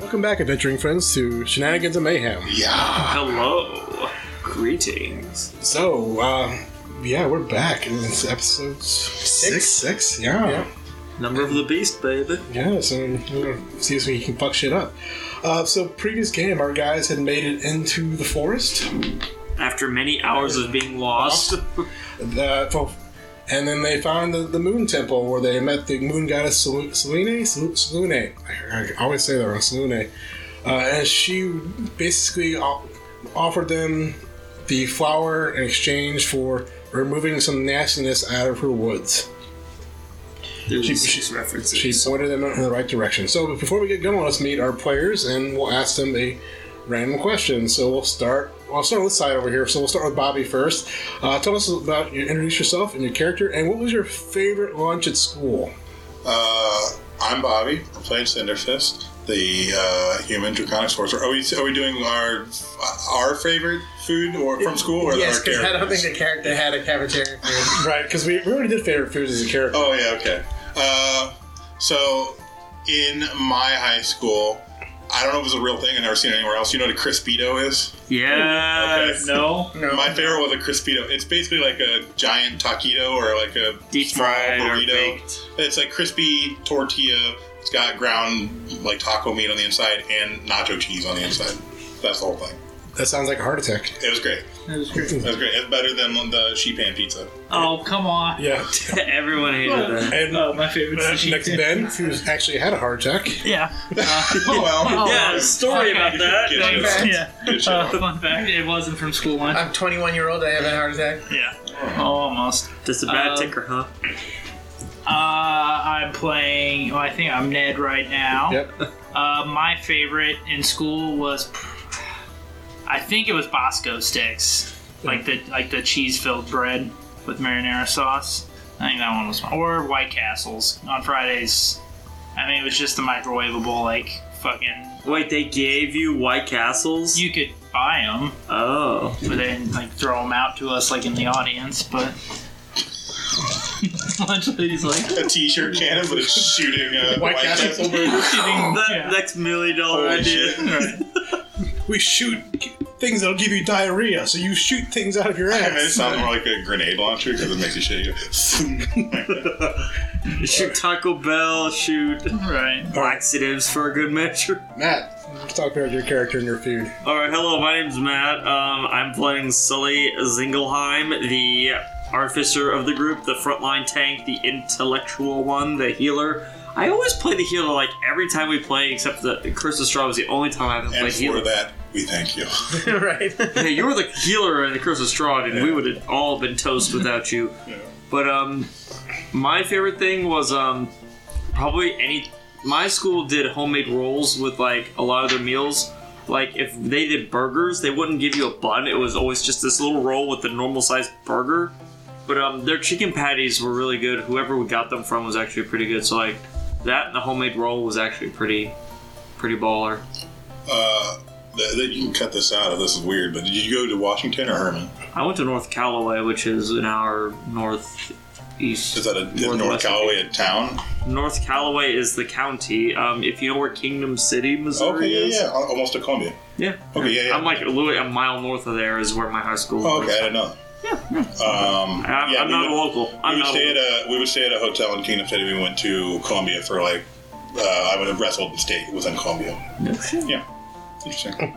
Welcome back, adventuring friends, to Shenanigans and Mayhem. Yeah. Hello. Greetings. So, uh, yeah, we're back. It's episode six. Six, yeah. yeah. Number of the beast, baby. so we're gonna see if we can fuck shit up. Uh, so, previous game, our guys had made it into the forest. After many hours of being lost, Uh, well, and then they found the, the moon temple where they met the moon goddess Sel- Selene. Sel- Selene. I, I always say that wrong. Selene. Uh, and she basically o- offered them the flower in exchange for removing some nastiness out of her woods. there's She- six references. She pointed them in the right direction. So before we get going, let's meet our players and we'll ask them a random question. So we'll start. I'll start on this side over here. So we'll start with Bobby first. Uh, tell us about you introduce yourself and your character, and what was your favorite lunch at school? Uh, I'm Bobby. I'm playing Cinderfist, the uh, human draconic sorcerer. Are we are we doing our our favorite food or from school or Yes, our because I don't think characters? the character had a cafeteria food. Right, because we, we already did favorite foods as a character. Oh yeah, okay. Uh, so in my high school, I don't know if it's a real thing. I've never seen it anywhere else. You know what a crispito is? yes. Okay. No. No, My favorite was a crispito. It's basically like a giant taquito or like a Deep small fried or burrito. baked. It's like crispy tortilla. It's got ground like taco meat on the inside and nacho cheese on the inside. That's the whole thing. That sounds like a heart attack. It was great. that was great. It was great. It's better than the sheep pan pizza. Oh come on. Yeah. Everyone hated that. And Oh, my favorite sushi. Uh, next Ben, who actually had a heart attack. Yeah. Uh, Oh well. yeah. Story okay. about that. Good Thanks. shit. Yeah. Good shit. Uh, fun fact: It wasn't from school lunch. I'm 21 year old. I have a heart attack. Yeah. Almost. Just a bad Um, ticker, huh? Uh, I'm playing. Well, I think I'm Ned right now. Yep. Uh, my favorite in school was, I think it was Bosco sticks, like the like the cheese filled bread with marinara sauce. I think that one was fun. Or White Castles on Fridays. I mean, it was just the microwavable, like fucking. Wait, they gave you White Castles? You could buy them, oh. but they didn't like throw them out to us like in the audience. But lunch lady's like A t-shirt cannon, but it's shooting uh, White Castle burger. shooting. That yeah. next million dollar Holy idea. shit. Right. We shoot things that'll give you diarrhea, so you shoot things out of your I mean, it ass. sounds more like a grenade launcher because it makes you shit. You go, Shoot Taco Bell, shoot Right. laxatives for a good measure. Matt, let's talk about your character and your food. All right, hello. My name's Matt. Um, I'm playing Sully Zingelheim, the artificer of the group, the frontline tank, the intellectual one, the healer. I always play the healer like every time we play, except the Curse of Strahd was the only time I haven't and played for healer. that, we thank you. right. Yeah, you were the healer in the Curse of Strahd, and we would have all been toast without you. But um, my favorite thing was um, probably any. My school did homemade rolls with like a lot of their meals. Like if they did burgers, they wouldn't give you a bun. It was always just this little roll with the normal sized burger. But um, their chicken patties were really good. Whoever we got them from was actually pretty good. So like that and the homemade roll was actually pretty, pretty baller. Uh, th- th- you can cut this out if this is weird, but did you go to Washington or Herman? I went to North Callaway, which is an hour northeast. Is that a is North northwest. Callaway a town? North Callaway is the county. Um, if you know where Kingdom City, Missouri Oh, Okay, is, yeah, yeah, al- almost to Columbia. yeah. Okay, yeah, yeah. I'm like literally a mile north of there is where my high school. Oh, was. okay, I didn't know. Yeah. Um, I'm, yeah, I'm we not would- a local. We I'm would not. stay A at a we would stay at a hotel in Kingdom City. We went to Columbia for like uh, I would have wrestled and stayed within Columbia. local. Yeah, interesting.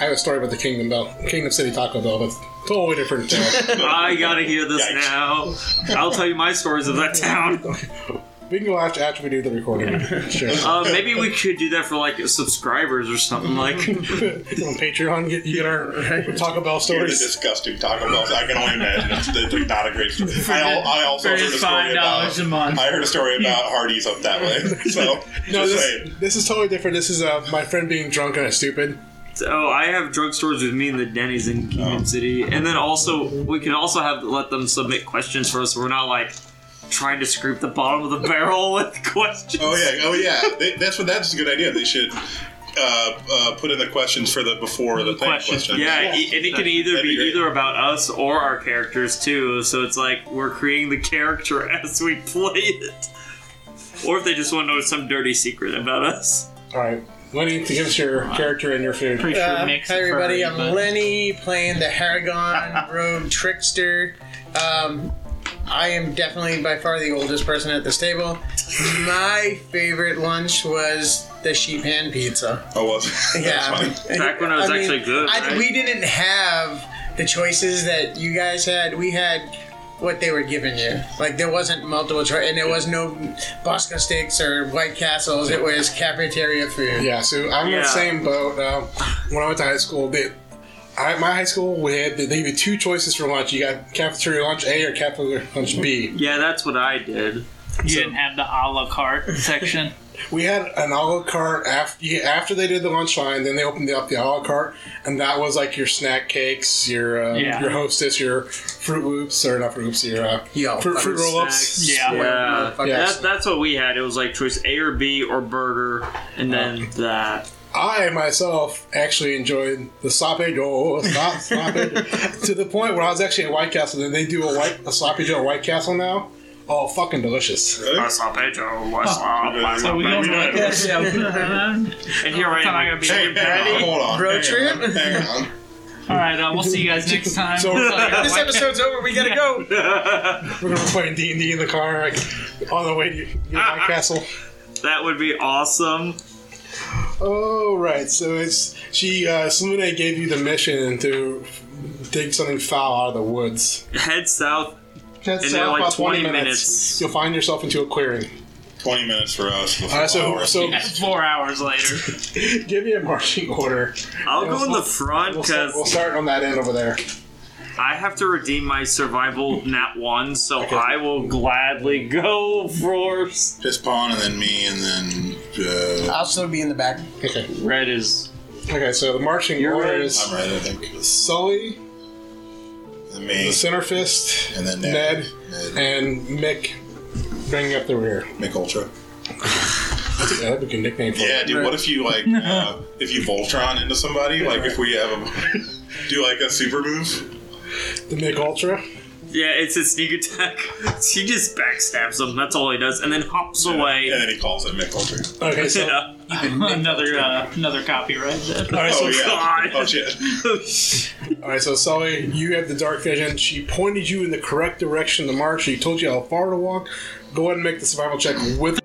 I have a story about the Kingdom Bell, Kingdom City Taco Bell, but totally different. Uh, I gotta hear this Yikes. now. I'll tell you my stories of that town. we can go after, after we do the recording. Sure. Uh, maybe we could do that for like subscribers or something. Like, on Patreon, get, you get our Taco Bell You're the stories. disgusting Taco Bell. I can only imagine it's, it's not a great story. I, al- I also For heard a just story five about dollars a month. I heard a story about Hardee's up that way. So No, just this, saying. this is totally different. This is uh, my friend being drunk and stupid. oh, I have drugstores with me and the Denny's in Kingdom City, and then also we can also have let them submit questions for us. We're not like trying to scrape the bottom of the barrel with questions. Oh yeah, oh yeah. They, that's what. That's a good idea. They should uh, uh, put in the questions for the before the thing Questions. question. Yeah, e- and it can either That'd be be great. either about us or our characters too. So it's like we're creating the character as we play it, or if they just want to know some dirty secret about us. All right. Lenny, to give us your character and your food. Pretty sure Uh, Nick's hi a everybody, furry, I'm but- Lenny playing the Haragon Rogue Trickster. Um, I am definitely by far the oldest person at this table. My favorite lunch was the sheep hand pizza. Oh, well, Yeah, that's funny. Back when it was actually good, I- right? We didn't have the choices that you guys had. We had what they were giving you. Like there wasn't multiple choice, and there was no Bosco sticks or White Castles. It was cafeteria food. Yeah, so I'm in Yeah. the same boat. Um, when I went to high school, they, I, my high school, we had they gave you two choices for lunch. You got cafeteria lunch A or cafeteria lunch B. Yeah, that's what I did. You didn't have the a la carte section. We had an a la carte after after they did the lunch line. Then they opened up the a la carte, and that was like your snack cakes, your uh, Yeah. your hostess, your fruit loops or not fruit loops, your uh, Yo, fruit, fucking fruit roll ups. snacks. Yeah. Yeah. motherfucker. That, that's what we had. It was like choice A or B or burger, and then that. I myself actually enjoyed the sloppy joe, slop, sloppy Joe, to the point where I was actually at White Castle. Then they do a white a sloppy joe at White Castle now. Oh, fucking delicious! Really? saw Pedro. I saw, I saw Pedro. And here I am. I gotta like, be Hey, hang on, hold on. Road hang on, trip? Hang on. All right, uh, we'll see you guys next time. So- This episode's over. We gotta go. We're gonna be playing D and D in the car, like on the way to to White Castle. That would be awesome. Oh right, so it's she. Uh, Salune gave you the mission to dig something foul out of the woods. Head south. That's And they're uh, like about 20, 20 minutes. minutes. You'll find yourself into a clearing. 20 minutes for us. All right, so Hour. so Four hours later. give me a marching order. I'll go in the We'll- front We'll start, we'll because start on that end over there. I have to redeem my survival nat one, so I will gladly go first. Piss Pawn, and then me, and then. Uh, I'll still be in the back. Okay. Red is Okay, so the marching You're order right. is I'm right, I think. Sully, And the me, center fist, and then Ned, Ned. Ned. and Mick bringing up the rear. Mick Ultra. That's a, that'd be a good nickname for Yeah, it. dude. What if you like uh, if you Voltron into somebody? Like if we have a do like a super move? The Mick Ultra. yeah, it's a sneak attack. She just backstabs him. That's all he does, and then hops away. and then he calls it Mick Ultra. Okay, so Yeah. another uh, another copyright. there. Alright, so, oh yeah. God. Oh shit. all right, so Sully, you have the dark vision. She pointed you in the correct direction to march. She told you how far to walk. Go ahead and make the survival check with.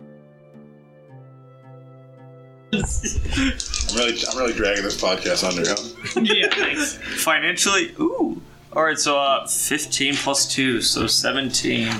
I'm really I'm really dragging this podcast under. Huh? yeah, thanks. Financially, ooh. All right, so uh, fifteen plus two, so seventeen.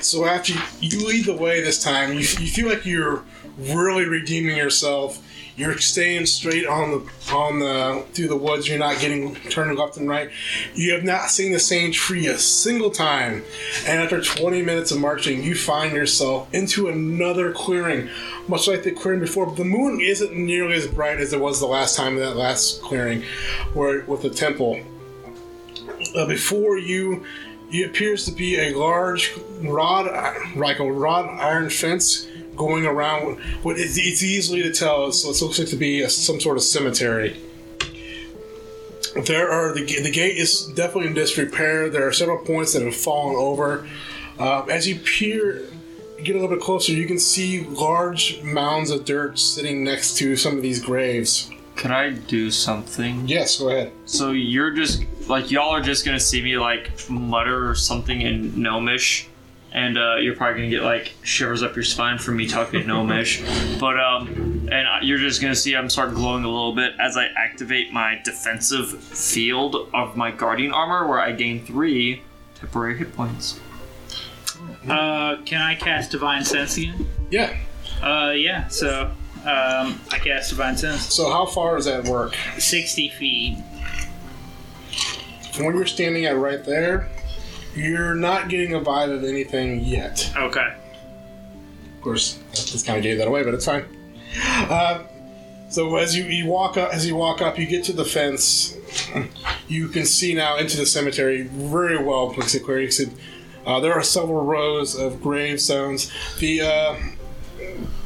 So after you, you lead the way this time, you, you feel like you're really redeeming yourself. You're staying straight on the on the through the woods. You're not getting turned left and right. You have not seen the same tree a single time. And after 20 minutes of marching, you find yourself into another clearing, much like the clearing before. But the moon isn't nearly as bright as it was the last time in that last clearing, where with the temple. Uh, before you it appears to be a large rod, uh, like a wrought iron fence going around. What it's, it's easily to tell. So it looks like to be a, some sort of cemetery. There are the, ga- the gate is definitely in disrepair. There are several points that have fallen over. Um, as you peer, get a little bit closer, you can see large mounds of dirt sitting next to some of these graves. Could I do something? Yes, go ahead. So you're just like y'all are just gonna see me like mutter something in gnomish, and uh, you're probably gonna get like shivers up your spine from me talking in gnomish. But um, and I- you're just gonna see I'm start glowing a little bit as I activate my defensive field of my guardian armor, where I gain three temporary hit points. Uh, can I cast Divine Sense again? Yeah. Uh, yeah. So um, I cast Divine Sense. So how far does that work? Sixty feet. From where you're standing at right there, you're not getting a vibe of anything yet. Okay. Of course, I just kind of gave that away, but it's fine. Uh, so as you, you walk up, as you walk up, you get to the fence. You can see now into the cemetery very well, particularly. Uh, there are several rows of gravestones. The uh,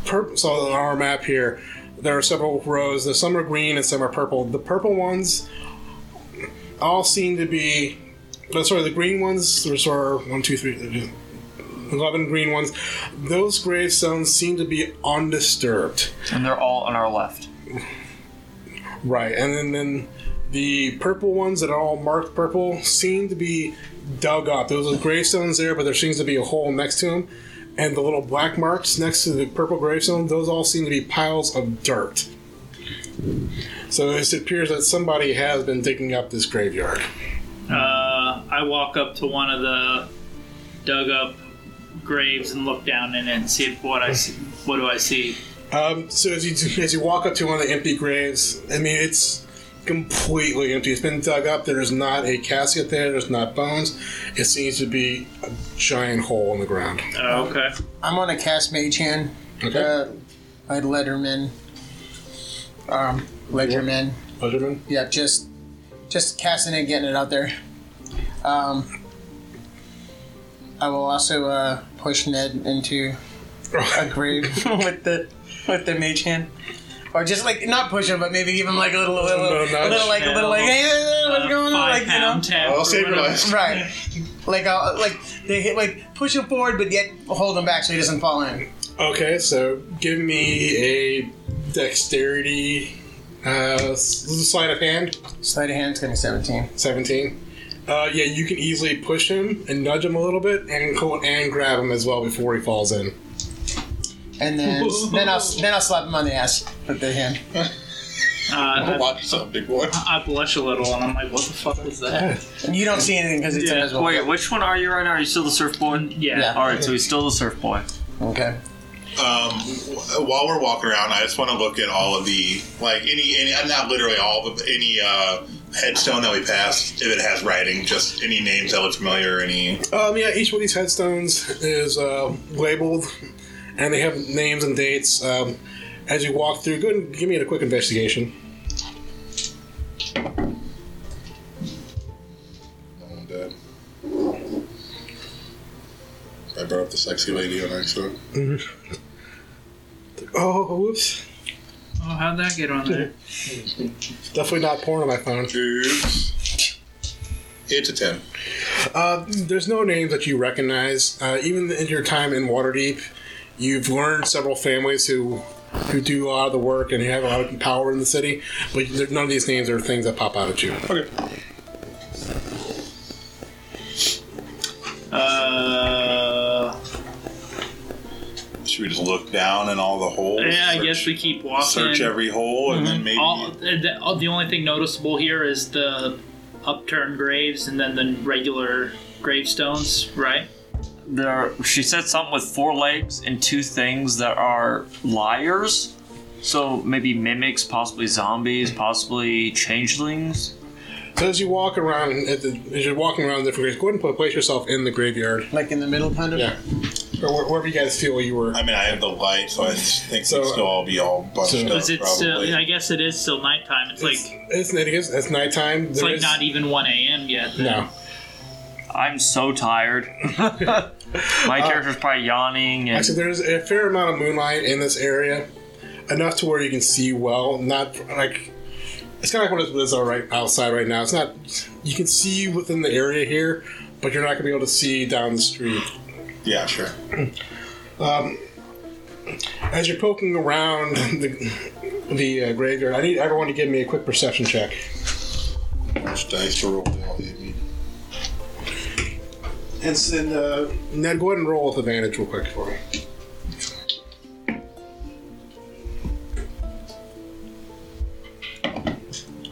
purple, so on our map here, there are several rows. The Some are green and some are purple. The purple ones all seem to be. No, sorry, the green ones. There's are one, two, three. 11 green ones. Those gravestones seem to be undisturbed. And they're all on our left. Right, and then, then the purple ones that are all marked purple seem to be dug up. There's a gravestones there, but there seems to be a hole next to them. And the little black marks next to the purple gravestone, those all seem to be piles of dirt. So it appears that somebody has been digging up this graveyard. Uh, I walk up to one of the dug up graves and look down in it and see what I see. What do I see? Um, so as you as you walk up to one of the empty graves, I mean it's completely empty. It's been dug up. There's not a casket there. There's not bones. It seems to be a giant hole in the ground. Uh, okay. I'm on a cast mage hand. Okay. Uh, I'd Letterman. Um, Ledgerman. Leatherman? Yeah, just just casting it, getting it out there. Um, I will also uh, push Ned into a grave with the with the mage hand. Or just like not push him, but maybe give him like a little, a little, Little a little like a little like hey, what's Uh, going on, five like you know, pound tap I'll or save your whatever. life. right? Like uh, like they hit like push him forward, but yet hold him back so he doesn't fall in. Okay, so give me a dexterity uh, s- sleight of hand. Sleight of hand's gonna be seventeen. 17. Uh, yeah, you can easily push him and nudge him a little bit and go and grab him as well before he falls in. And then then I'll then I'll slap him on the ass with the hand. Uh, Watch yourself, big boy. I blush a little and I'm like, what the fuck is that? And you don't see anything because it's Yeah, invisible. Wait, which one are you right now? Are you still the surf boy? Yeah. Yeah. Alright, so he's still the surf boy. Okay. Um, wh- while we're walking around, I just want to look at all of the like any any uh, not literally all, but any uh, headstone that we passed. If it has writing, just any names that look familiar. Any Um, yeah, each one of these headstones is uh, labeled and they have names and dates. Um, as you walk through, go ahead and give me a quick investigation. Oh, Dad. I brought up the sexy lady on accident. Oh, whoops. Oh, how'd that get on there? Definitely not porn on my phone. Oops. It's a 10. Uh, there's no names that you recognize. Uh, even in your time in Waterdeep, you've learned several families who who do a lot of the work and have a lot of power in the city, but there- none of these names are things that pop out at you. Okay. Uh, Should we just look down in all the holes? yeah, I Search- guess we keep walking. Search every hole and then maybe. All, the, all- the only thing noticeable here is the upturned graves and then the regular gravestones, right? There she said something with four legs and two things that are liars. So maybe mimics, possibly zombies, possibly changelings. So as you walk around, at the, as you're walking around different graves, go ahead and put- place yourself in the graveyard. Like in the middle, kind of. Yeah. Or wh- wherever you guys feel you were. I mean, I have the light, so I think So, so, still all be all bunched so- up. Is it still? probably. I guess it is still nighttime. It's, like It's, it is, it's nighttime. it's like not even one a.m. yet. No. I'm so tired. My character's probably yawning and Actually, there's a fair amount of moonlight in this area, enough to where you can see well. Not like it's kind of like what it is all right outside right now. It's not you can see within the area here, but you're not gonna be able to see down the street. Yeah, sure. As you're poking around the the uh, graveyard, I need everyone to give me a quick perception check. Which dice to roll? They all hit me. And, s- and uh, Ned, go ahead and roll with advantage real quick for me.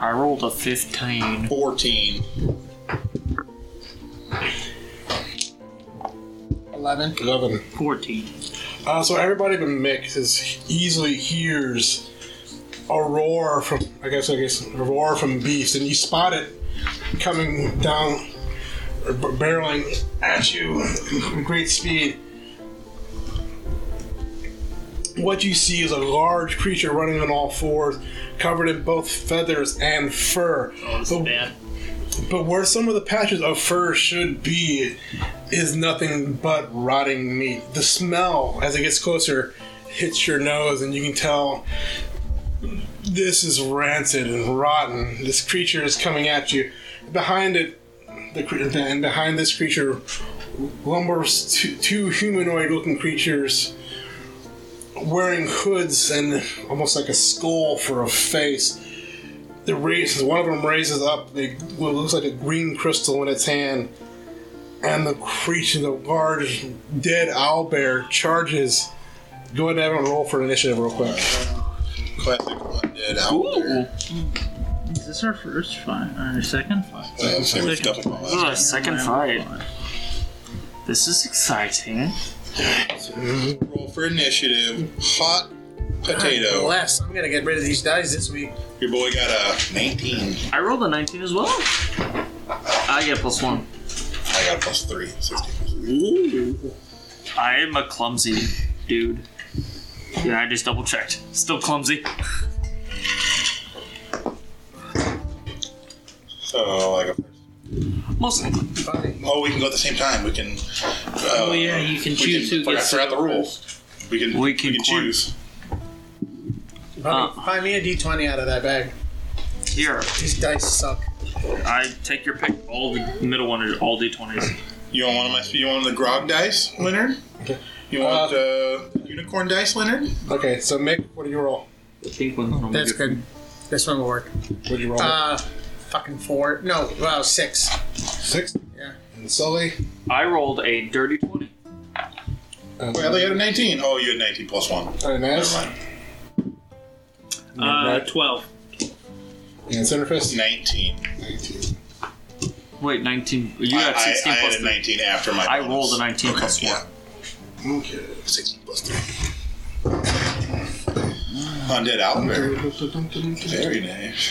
I rolled a fifteen. 14. Eleven. Eleven. Fourteen. Uh, so everybody but Mick is easily hears a roar from I guess I guess a roar from beast, and you spot it coming down, or b- barreling at you with great speed. What you see is a large creature running on all fours, covered in both feathers and fur. Oh, this The- is bad. but where some of the patches of fur should be is nothing but rotting meat. The smell, as it gets closer, hits your nose, and you can tell this is rancid and rotten. This creature is coming at you. Behind it, the cre- and behind this creature lumbers two, two humanoid-looking creatures wearing hoods and almost like a skull for a face. It raises one of them raises up. They what looks like a green crystal in its hand, and the creature, the large dead owl bear, charges. Go ahead and have a roll for initiative real quick. Classic undead out there. Is this our first fight or our second fight? Uh, same with double ball last Oh, second fight. This is exciting. time. Roll for initiative. Hot Ah, potato. Bless. I'm gonna get rid of these dice this week. Your boy got a 19. I rolled a 19 as well. I get plus one. I got a plus three. 16. I am a clumsy dude. Yeah, I just double checked. Still clumsy. So like a. Mostly. Oh, we can go at the same time. We can. Uh, Oh yeah, you can we choose can, who fuck, I gets forgot to the go rule. first. We can. We We can can, coin. choose. Bobby, Find me a D20 out of that bag. Here, These dice suck. I take your pick. All the middle one is all d20s. You want one of my? You want the grog dice, Leonard? You want the unicorn dice, Leonard? Okay, so Mick, what do you roll? The pink one's normally That's good. This one will work. What do you roll? Uh, fucking four. No, well, six. Six. Yeah. And Sully. I rolled a dirty 20. And Wait, I thought you had a 19. Oh, you had 19 plus one. Never Inez. mind. Uh, twelve. And Centerfist. 19. 19. Wait, 19. You I, got I, 16 I plus had a 3. 19 after my. I bonus. rolled a 19 okay, plus yeah. Okay. 16 plus three. Undead Owlbear. Very nice.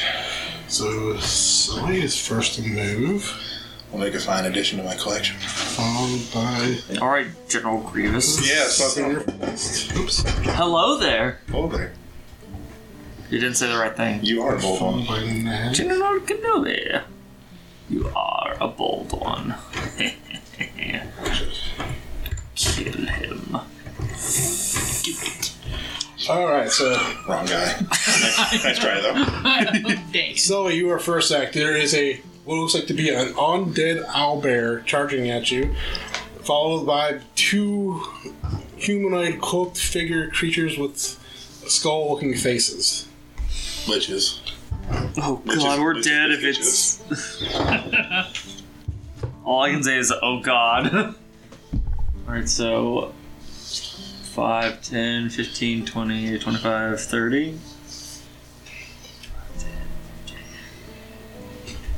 So Sully is first to move, Will make a fine addition to my collection. followed by Alright, General Grievous. Yeah, so Centerfist. Oops. Hello there. Boulder. You didn't say the right thing. You are a bold one. Followed by Ned. General Kenobi. You are a bold one. Kill him. All right, so Wrong guy. nice, nice try though. Thanks. Sully, you are first act. There is a what looks like to be an undead owlbear charging at you, followed by two humanoid cloaked figure creatures with skull looking faces. Glitches. Oh Which is- god, we're which is- dead if which it's. All I can say is, oh god. Alright, so. 5, 10, 15, 20, 25, 30.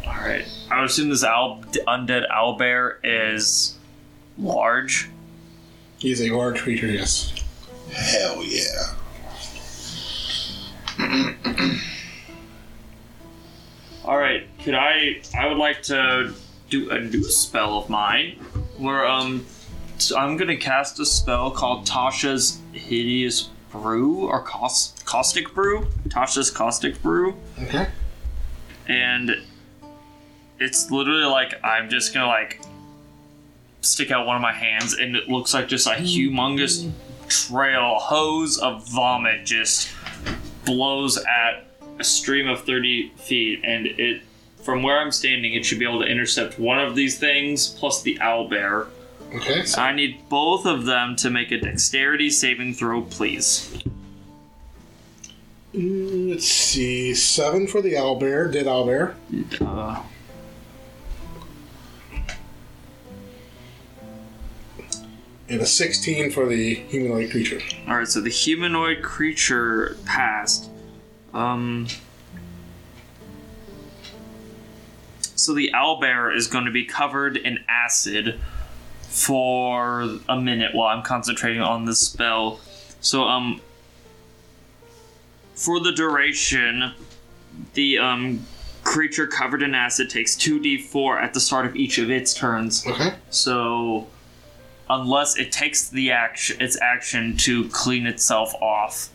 Alright, I would assume this owl, undead owlbear is large. He is a large creature, yes. Hell yeah. All right, could I? I would like to do a new spell of mine, where um, so I'm gonna cast a spell called Tasha's Hideous Brew or caus- Caustic Brew. Tasha's Caustic Brew, Okay. and it's literally like I'm just gonna like stick out one of my hands, and it looks like just a humongous trail hose of vomit just blows at a stream of 30 feet and it from where i'm standing it should be able to intercept one of these things plus the owl bear Okay. So i need both of them to make a dexterity saving throw please mm, let's see, seven for the owlbear, dead owlbear. uh, and a 16 for the humanoid creature. all right so the humanoid creature passed um so the owl bear is going to be covered in acid for a minute while i'm concentrating on this spell so um for the duration the um creature covered in acid takes 2d4 at the start of each of its turns Okay. so, unless it takes the action, its action to clean itself off.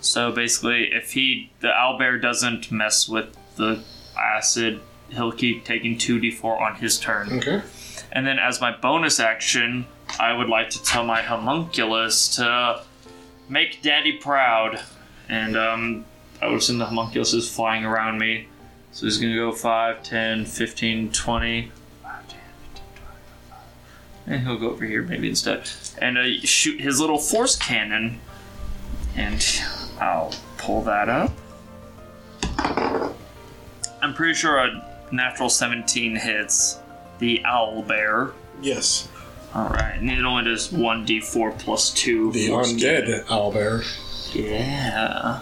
So basically, if he the owlbear doesn't mess with the acid, he'll keep taking two d4 on his turn. Okay. And then as my bonus action, I would like to tell my homunculus to make daddy proud. And um, I would assume the homunculus is flying around me. So he's going to go 5, 10, 15, 20, and Eh, he'll go over here maybe instead, and uh, shoot his little force cannon, and I'll pull that up. I'm pretty sure a natural 17 hits the owl bear. Yes. All right, and it only does 1d4 plus two. The force undead cannon. owlbear. Yeah.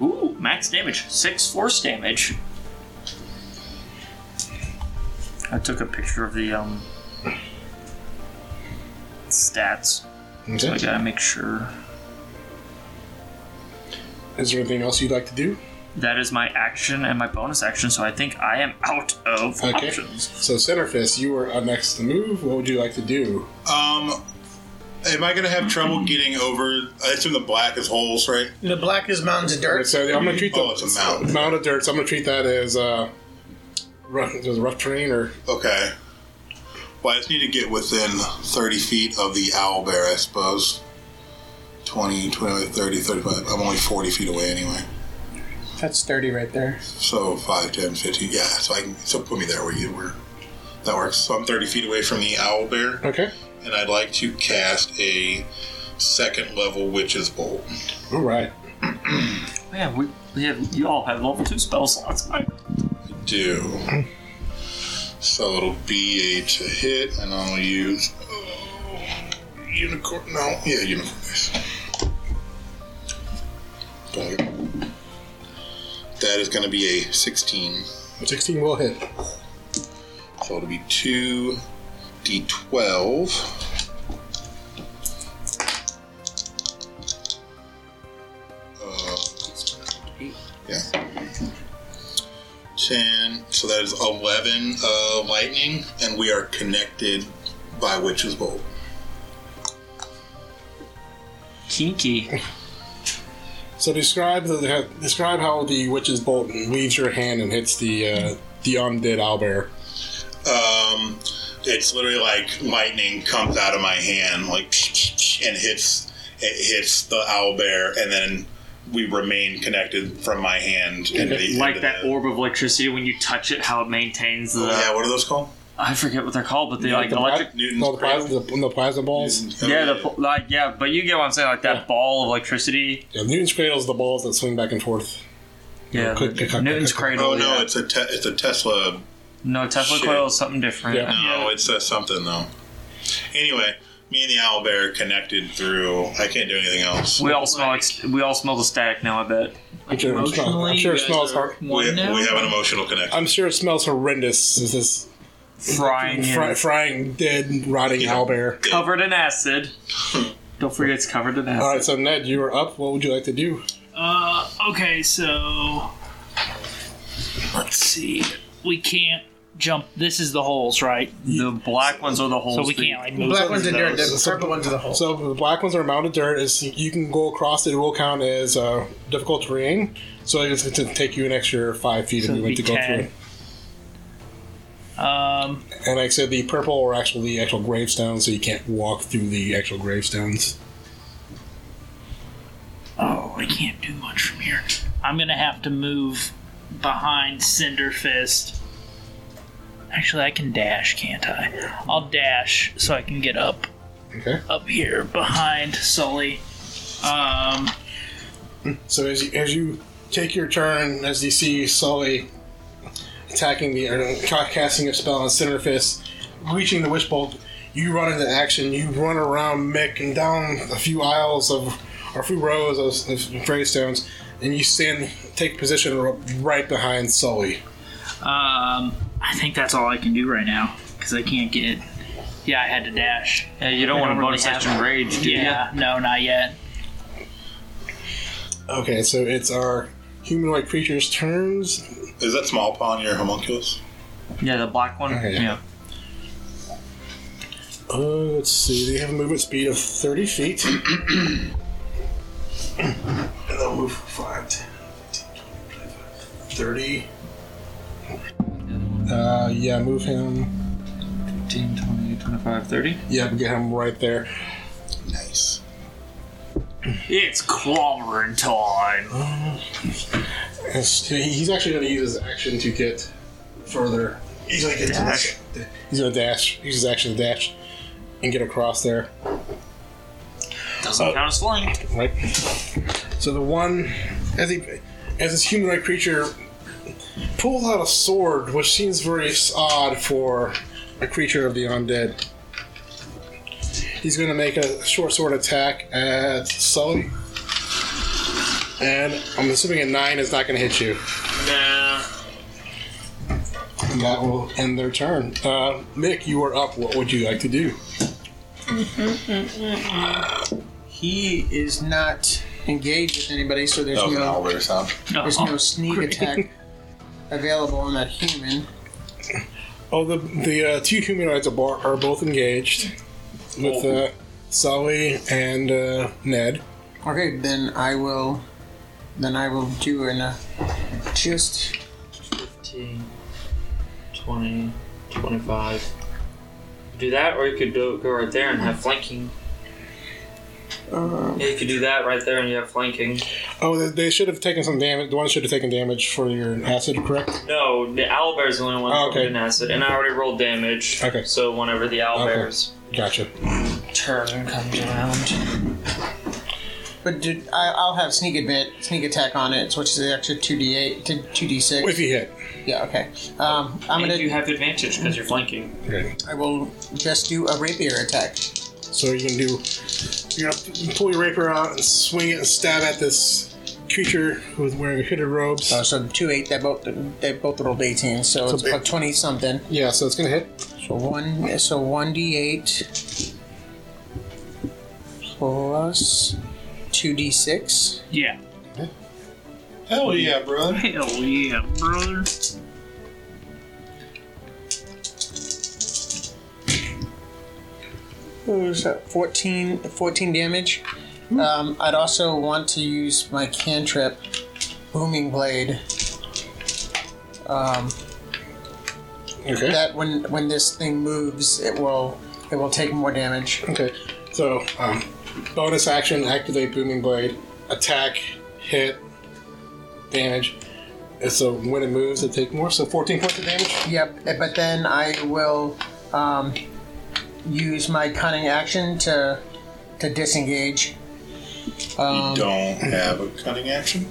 Ooh, max damage. Six force damage. I took a picture of the um stats. So I Okay. gotta make sure. Is there anything else you'd like to do? That is my action and my bonus action, so I think I am out of Okay. options. So, Centerfist, you were up next to move. What would you like to do? Um, am I gonna have trouble getting over? I assume the black is holes, right? The black is mountains of Alright, dirt. so I'm gonna treat the Oh, it's a mound. mound of dirt. So I'm gonna treat that as uh, rough, just rough terrain, or Okay. Well, I just need to get within 30 feet of the owl bear, I suppose. 20, 20, 30, 35. I'm only 40 feet away anyway. That's 30 right there. So 5, 10, 15. Yeah, so I can so put me there where you were. That works. So I'm 30 feet away from the owl bear, okay. and I'd like to cast a second level witch's bolt. All right. Man, we, we have you all have level two spell slots. I- do. So it'll be a to hit, and I'll use oh, unicorn. No, yeah, unicorn dice. Got it. That is going to be a 16. 16 will hit. So it'll be 2d12. Uh, yeah. 10. So that is 11 uh, lightning, and we are connected by Witch's Bolt. Kinky. So describe the describe how the witch's bolt leaves your hand and hits the uh, the undead owlbear. Um, it's literally like lightning comes out of my hand, like and hits it hits the owl bear, and then we remain connected from my hand. into the- Like into that the- orb of electricity when you touch it, how it maintains the yeah, what are those called? I forget what they're called, but they like the electric pla- Newton's no, the, plasma, the, no, plasma balls. Yeah, the pl- like yeah, but you get what I'm saying, like that Yeah. ball of electricity. Yeah, Newton's cradle is the balls that swing back and forth. Yeah, click, click, click, Newton's click, click. cradle. Oh no, yeah. it's a te- it's a Tesla. no Tesla shit. coil is something different. Yeah. No, it says something though. Anyway, me and the owl bear connected through. I can't do anything else. We all smell like we all smell the static now. I bet. I'm sure it smells- Emotionally, I'm sure you it guys smells are hor- one We, now? we have an emotional connection. I'm sure it smells horrendous. Is this Frying fry- and frying dead rotting Yeah. owlbear? covered in acid. Don't forget it's covered in acid. All right, so Ned, you are up. What would you like to do? Uh, okay, so let's see. We can't jump. This is the holes, right? The black ones are the holes. So we that- can't like The move. black over one's in dirt, those. the purple one's in the hole. So the black ones are mounted dirt. Is you can go across it. It will count as uh, difficult terrain. So it's going to take you an extra five feet So if you it'd went to be go through 10. it. Um, And like I said, the purple are actually the actual gravestones, so you can't walk through the actual gravestones. oh, I can't do much from here. I'm gonna have to move behind Cinder Fist. Actually, I can dash, can't I? I'll dash so I can get up Okay. up here behind Sully. Um, So as you, as you take your turn, as you see Sully attacking the, or ca- casting a spell on Center Fist, reaching the Wish Bolt, you run into action. You run around Mick and down a few aisles of, or a few rows of, of gravestones, and you stand, take position r- right behind Sully. um, I think that's all I can do right now because I can't get. Yeah, I had to dash. Yeah, you don't I want a don't bonus really have action rage, do Yeah, no, not yet. Okay, so it's our humanoid creature's turns. Is that small paw in your homunculus? you? Yeah, the black one. Okay. Yeah. Uh, let's see. They have a movement speed of 30 feet. and they'll move 5, 10, 15, 30. Uh, yeah, move him. 15, 20, 25, 30. Yeah, get him right there. Nice. It's clobbering time. It's- He's actually going to use his action to get further. He's going to get dash. He's going to dash. Use his action to dash. and get across there. Doesn't count as flying. Right. So the one, as he, as this humanoid creature, pulls out a sword, which seems very odd for a creature of the undead. He's going to make a short sword attack at Sully, and I'm assuming a nine is not going to hit you. Nah. And that will end their turn. Uh, Mick, you are up. What would you like to do? He is not engaged with anybody, so there's That was an no owlbear sound. there's Oh, no Uh-huh. sneak attack available on that human. Oh, the the uh, two humanoids are, bar- are both engaged with uh, Sully and uh, Ned. Okay, then I will then I will do an uh, just 15, 20, 25. Do that, or you could do, go right there and have flanking. uh, Yeah, you could do that right there and you have flanking. Oh, they, they should have taken some damage. The one should have taken damage for your acid, correct? No, the owlbear's the only one Oh, oh, okay. in acid, and I already rolled damage. Okay. So whenever the owlbear's Gotcha. turn comes around. but do, I, I'll have sneak advent sneak attack on it, which is the extra two d eight to two d If six. you hit, Yeah, okay. Um, I'm And you gonna have advantage because you're flanking. okay. I will just do a rapier attack. so you can do. You're gonna pull your rapier out and swing it and stab at this creature who's wearing hooded robes. Uh, so two eight. They both they both rolled eighteen, so it's big- about twenty something. yeah, so it's gonna hit. So one so one d eight plus two d six. Yeah. Hell yeah, brother. Hell yeah, brother. Who's that? 14, 14 uh, damage. Hmm. Um, I'd also want to use my cantrip, booming blade. Um, Eh? Okay. that when when this thing moves, it will it will take more damage. Okay, so um, bonus action: activate booming blade, attack, hit, damage. And so when it moves, it takes more. So 14 points of damage. Yep, eh, but then I will um, use my cunning action to to disengage. Um, you don't have a cutting action?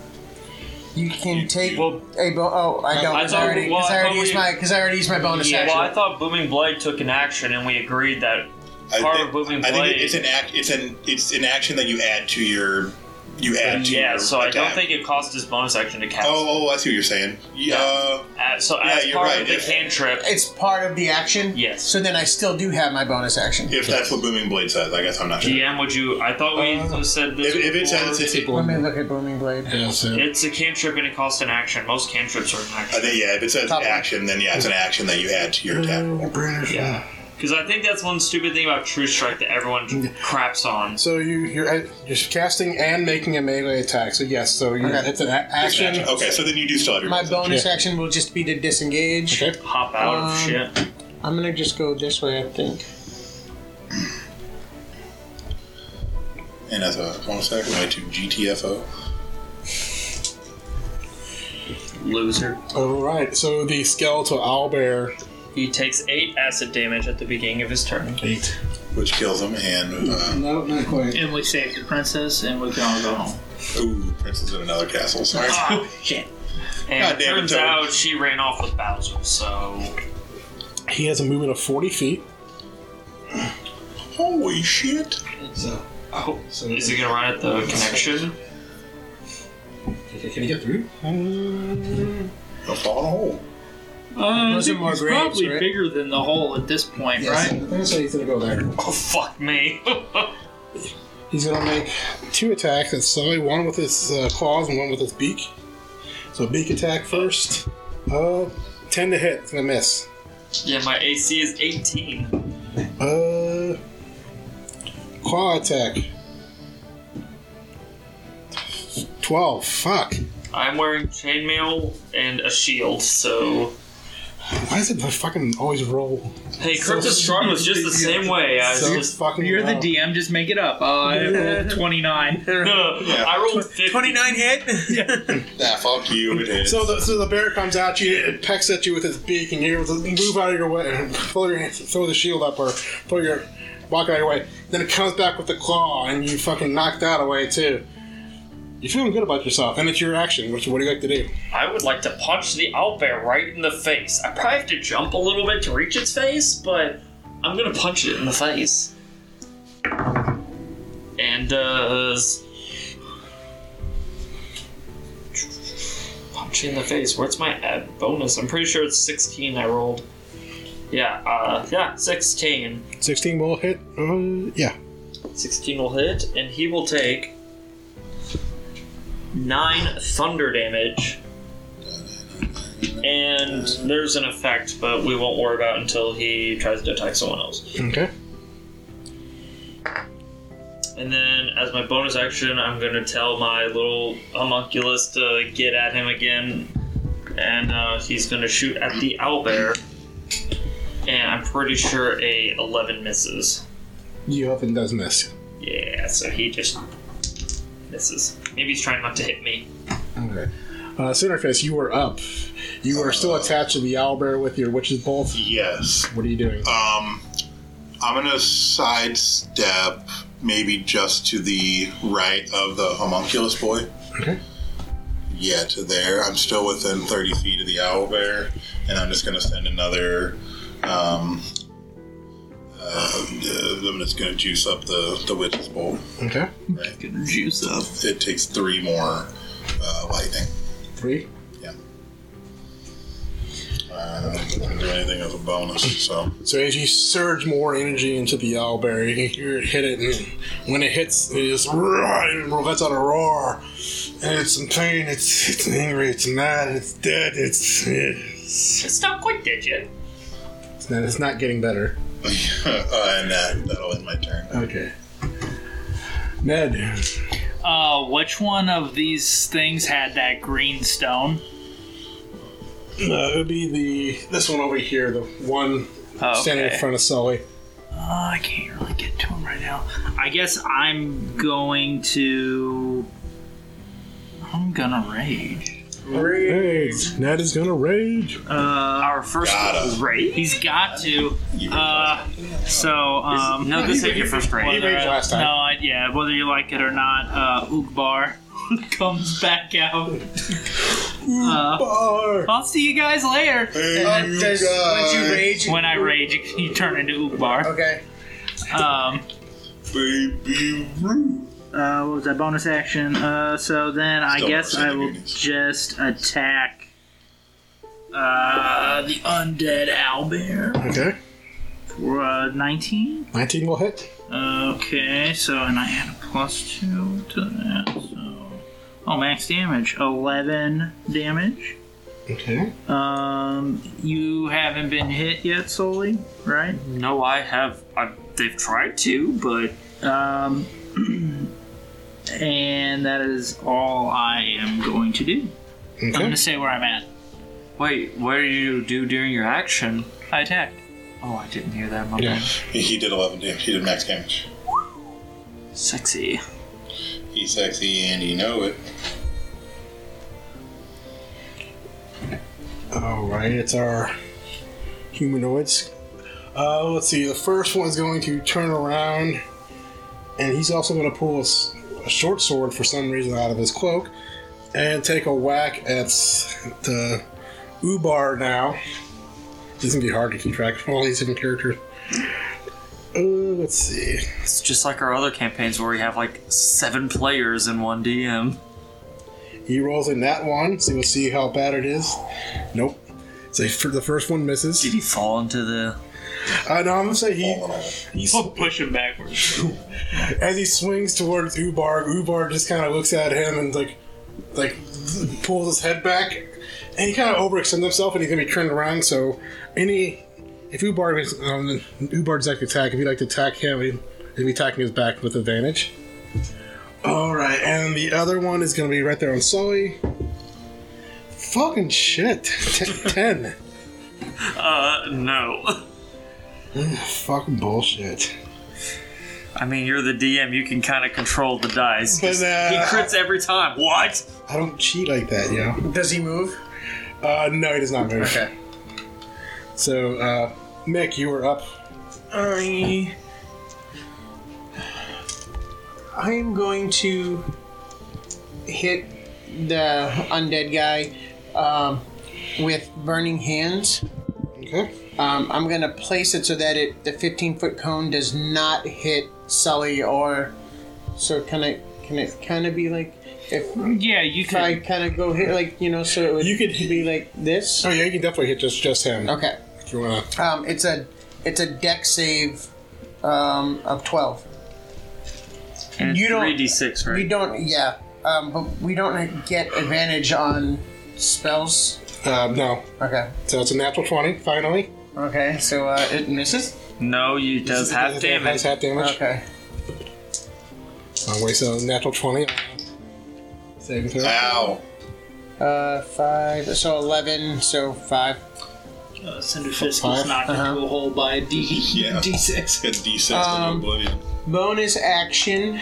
you can you- take Well- a bo- oh I don't I because I, thought- already well, because I I already thought used we- my because I already used my bonus Yeah, action. well, I thought Booming Blade took an action, and we agreed that I Part think- of moving I think blade. it's an act. It's an it's an action that you add to your you add to yeah, your so I don't attack. think it cost his bonus action to cast. Oh, oh, I see what you're saying. Yeah, uh, Uh, so Yeah, as you're part right, of the if- cantrip, it's part of the action. Yes. So then I still do have my bonus action. if that's what Booming Blade says, I guess I'm not sure. GM, would you? I thought we said this. If, if it before. says it's, it, Let me look at booming blade. Yeah, so It's a cantrip and it costs an action. Most cantrips are an I action. think yeah, if it says Top. action, then yeah, it's an action that you add to your attack. Uh, Yeah. Because I think that's one stupid thing about True Strike that everyone craps on. So you you're at, you're casting and making a melee attack. So yes, so you Okay. it's an a- action. Action. Okay, so then you do still have your My bonus bonus Yeah. action will just be to disengage. Okay. Hop out Um, of shit. I'm gonna just go this way, I think. action. and as a bonus action, I do GTFO. Loser. All right. So the skeletal owlbear He takes eight acid damage at the beginning of his turn. eight. Which kills him, and uh, No, not quite. And we saved the princess, and we can all go home. ooh, Prince is in another castle. Sorry. Ah. Oh, shit. And God damn it, turns Toad. out she ran off with Bowser, so He has a movement of 40 feet. Holy shit! So oh, So- is he gonna run at the connection? can he get through? He'll fall in a hole. Uh, Those are I think more he's grapes, probably right? bigger than the hole at this point, right? I think so. He's gonna go there. Oh fuck me. He's gonna make two attacks at Sully, one with his uh, claws and one with his beak. So beak attack first. Uh, ten to hit, it's gonna miss. yeah, my AC is 18. Uh, claw attack. Twelve. Fuck. I'm wearing chainmail and a shield, so Why is it the fucking always roll? Hey, Crypto Strong was just the same way. I was So just fucking. You're the low. DM, just make it up. Uh, I rolled 29. no, I rolled 50. hit. Nah, fuck you. It is. So the, so the bear comes at you, it pecks at you with its beak, and you're able to move out of your way and pull your throw the shield up or pull your walking out your way. Then it comes back with the claw, and you fucking knock that away too. You're feeling good about yourself, and it's your action. Which what do you like to do? I would like to punch the owlbear right in the face. I probably have to jump a little bit to reach its face, but I'm gonna punch it in the face. And uh, does. punch in the face. Where's my uh, bonus? I'm pretty sure it's 16 I rolled. Yeah, uh, yeah, 16. Sixteen will hit. Uh, yeah. 16 will hit, and he will take 9 thunder damage. And there's an effect, but we won't worry about until he tries to attack someone else. Okay. And then, as my bonus action, I'm going to tell my little homunculus to get at him again. And uh, he's going to shoot at the owlbear. And I'm pretty sure a 11 misses. You hope it does miss. Yeah, so he just misses. Maybe he's trying not to hit me. Okay. Uh, Cinderfist, you were up. You are still attached to the owlbear with your witch's bolt. Yes. What are you doing? Um, I'm gonna sidestep maybe just to the right of the homunculus boy. Okay. Yeah, to there. I'm still within 30 feet of the owl bear, and I'm just gonna send another. Um, uh, I'm just gonna juice up the the witch's bolt. Okay. Gonna juice up. It takes three more uh, lightning. Three. Uh, doesn't do anything as a bonus, so So as you surge more energy into the owlbear, you can hear it hit it, and when it hits, it just roar, and it lets out a roar, and it's in pain, it's, it's angry, it's mad, it's dead, it's it's, It's not quite dead yet. and it's not getting better. uh, and that that'll end my turn. Okay. Ned, Uh, which one of these things had that green stone? uh, it would be the this one over here, the one Oh, standing in front of Sully. Uh, I can't really get to him right now. I guess I'm going to. I'm gonna rage. Rage. Ned is gonna rage. Our first Gotta. rage. He's got to. You Uh, so um, no, this ain't your first whether- raid. raged last time. No, I, yeah. Whether you like it or not, uh, Ugbar comes back out. Uh, Bar. I'll see you guys later. Hey, you guys. Does, when you rage, When I rage, you turn into Ugbar. okay. Um, baby Ruth. uh, what was that bonus action? Uh, so then I Still guess more I will sentient. just attack uh, the undead owlbear Okay. for uh, 19. Nineteen will hit. Okay, so and I had a plus two to that. So oh, max damage, 11 damage. Okay. Um, you haven't been hit yet, solely, right? No, I have. I've, they've tried to, but Um, and that is all I am going to do. I'm going Okay. to say where I'm at. wait. What do you do during your action? I attacked. Oh, I didn't hear that. My Yeah. bad. He, he did 11 damage. He did max damage. Sexy. He's sexy and you know it. All right, it's our humanoids. Uh, let's see. The first one's going to turn around, and he's also going to pull a, s- a short sword for some reason out of his cloak and take a whack at s- the Ubar now. This can be hard to keep track of all these different characters. Uh, let's see. It's just like our other campaigns where we have like seven players in one DM. He rolls in that one, so we'll see how bad it is. Nope. So for the first one misses. Did he fall into the? Uh, no, I'm gonna say he All in all. he's push him backwards. as he swings towards Ubar, Ubar just kind of looks at him and like, like pulls his head back, and he kind of overextends himself, and he's gonna be turned around. So any if Ubar is um, Ubar's like to attack, if you'd like to attack him, he'd he'd be attacking his back with advantage. All right, and the other one is gonna be right there on Sully. Fucking shit, ten. Uh, no. Fucking bullshit. I mean, you're the DM. You can kind of control the dice. But, Just- uh, he crits every time. What? I don't cheat like that, yo. Does he move? Uh, no, he does not move. Okay. So, uh, Mick, you were up. I I am going to hit the undead guy um, with burning hands. Okay. Um, I'm going to place it so that it the 15 foot cone does not hit Sully or so can it can it kind of be like if Yeah, you if I could. kind of go hit like you know so it would You could- be like this. Oh yeah, you can definitely hit just just him. Okay. If you wanna. Um, it's a it's a deck save um, of 12. And You don't- 3d6, right? We don't, yeah, um, but we don't get advantage on spells. Uh, no. Okay. So it's a natural twenty. Finally. Okay, so uh, it misses. No, you does half Does it have damage. half damage. Okay. Uh, wait, so natural twenty. Saving throw. Ow. Uh, five. So eleven. So five. Uh, Cinder Fisk was knocked Uh-huh. into a hole by a D, Yeah. D6. Good D6 Um, to oblivion. Bonus action.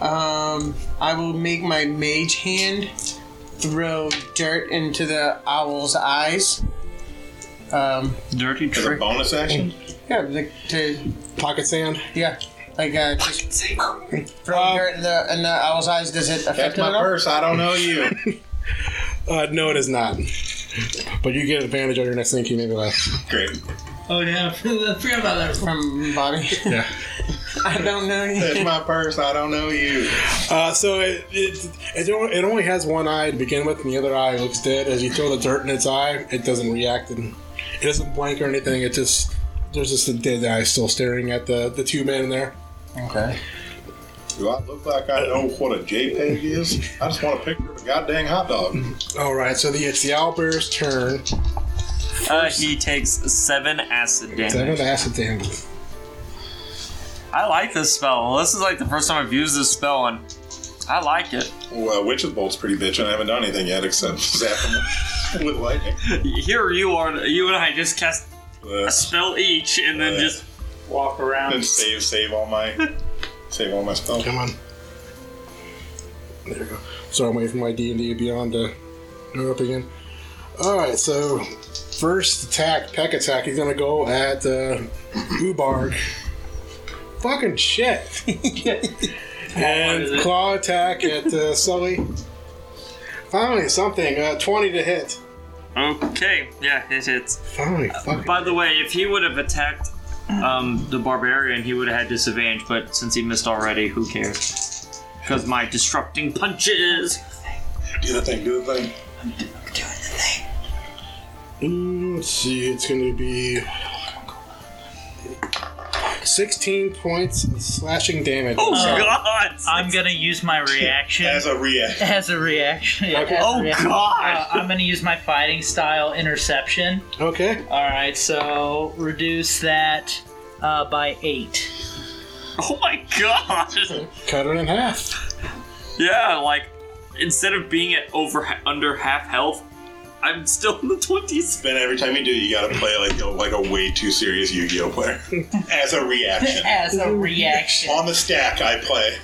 Um, I will make my mage hand throw dirt into the owl's eyes. Um, Dirty As a trick. bonus action? yeah, like to Pocket sand. yeah, like uh, just throw Um, dirt in the in the owl's eyes. Does it affect That's him my at all? purse. I don't know you. Uh, no, it is not. But you get advantage on your next thing. You maybe left. Great. Oh, yeah. I forgot about that. From Bobby. Yeah. I don't know. That's You. my purse. I don't know you. Uh, so it it, it only, it only has one eye to begin with, and the other eye looks dead. As you throw the dirt in its eye, it doesn't react and it doesn't blink or anything. It just there's just a dead eye still staring at the the two men there. Okay. Do I look like I know what a JPEG is? I just want a picture of a goddamn hot dog. All right, so the it's the owlbear's turn. Uh, he takes seven acid damage. Seven acid damage. I like this spell. This is like the first time I've used this spell, and I like it. Well, Witch's Bolt's pretty bitch, and I haven't done anything yet except zap him with lightning. Here you are. You and I just cast a Uh, spell each, and then just Walk and around. save, save all my, save all my spells. Come on. There we go. So I'm waiting for my D and D Beyond to go up again. All right, so first attack, peck attack. He's gonna go at uh, Ubarg. Fucking shit. is and it? claw attack at uh, Sully. Finally, something. Uh, Twenty to hit. okay. Yeah, it hits. Finally, fucking. By the way, if he would have attacked um, the barbarian, he would have had disadvantage. But since he missed already, who cares? Because my disrupting punches. Do the thing. Do the thing. Mm, Let's see, it's going to be 16 points of slashing damage. Oh God! Uh, I'm going to use my reaction. As a react. As a reaction. Yeah, Okay. as a Oh, reaction. God. Uh, I'm going to use my fighting style interception. Okay. All right, so reduce that uh, by eight. oh my God! Cut it in half. Yeah, like instead of being at over under half health, I'm still in the twenties. Then every time you do, you gotta play like a, like a way too serious Yu-Gi-Oh player. As a reaction. As a reaction, On the stack, I play.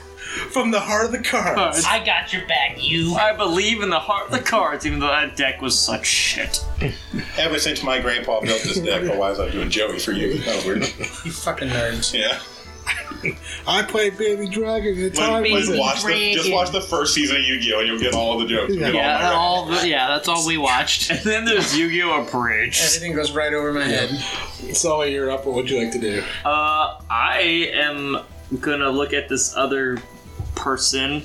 From the heart of the car. I got your back, you. I believe in the heart of the cards, even though that deck was such shit. Ever since my grandpa built this deck, oh, otherwise I'm doing Joey for you. That was weird. You fucking nerds. Yeah. I played Baby Dragon at the When, time. was when it? watch the, just watch the first season of Yu-Gi-Oh and you'll get all the jokes. You'll get all my references. Yeah, all the, yeah, that's all we watched. And then there's Yu-Gi-Oh! Abridged. Everything goes right over my head. Sully, you're up. What would you like to do? Uh, I am gonna look at this other person,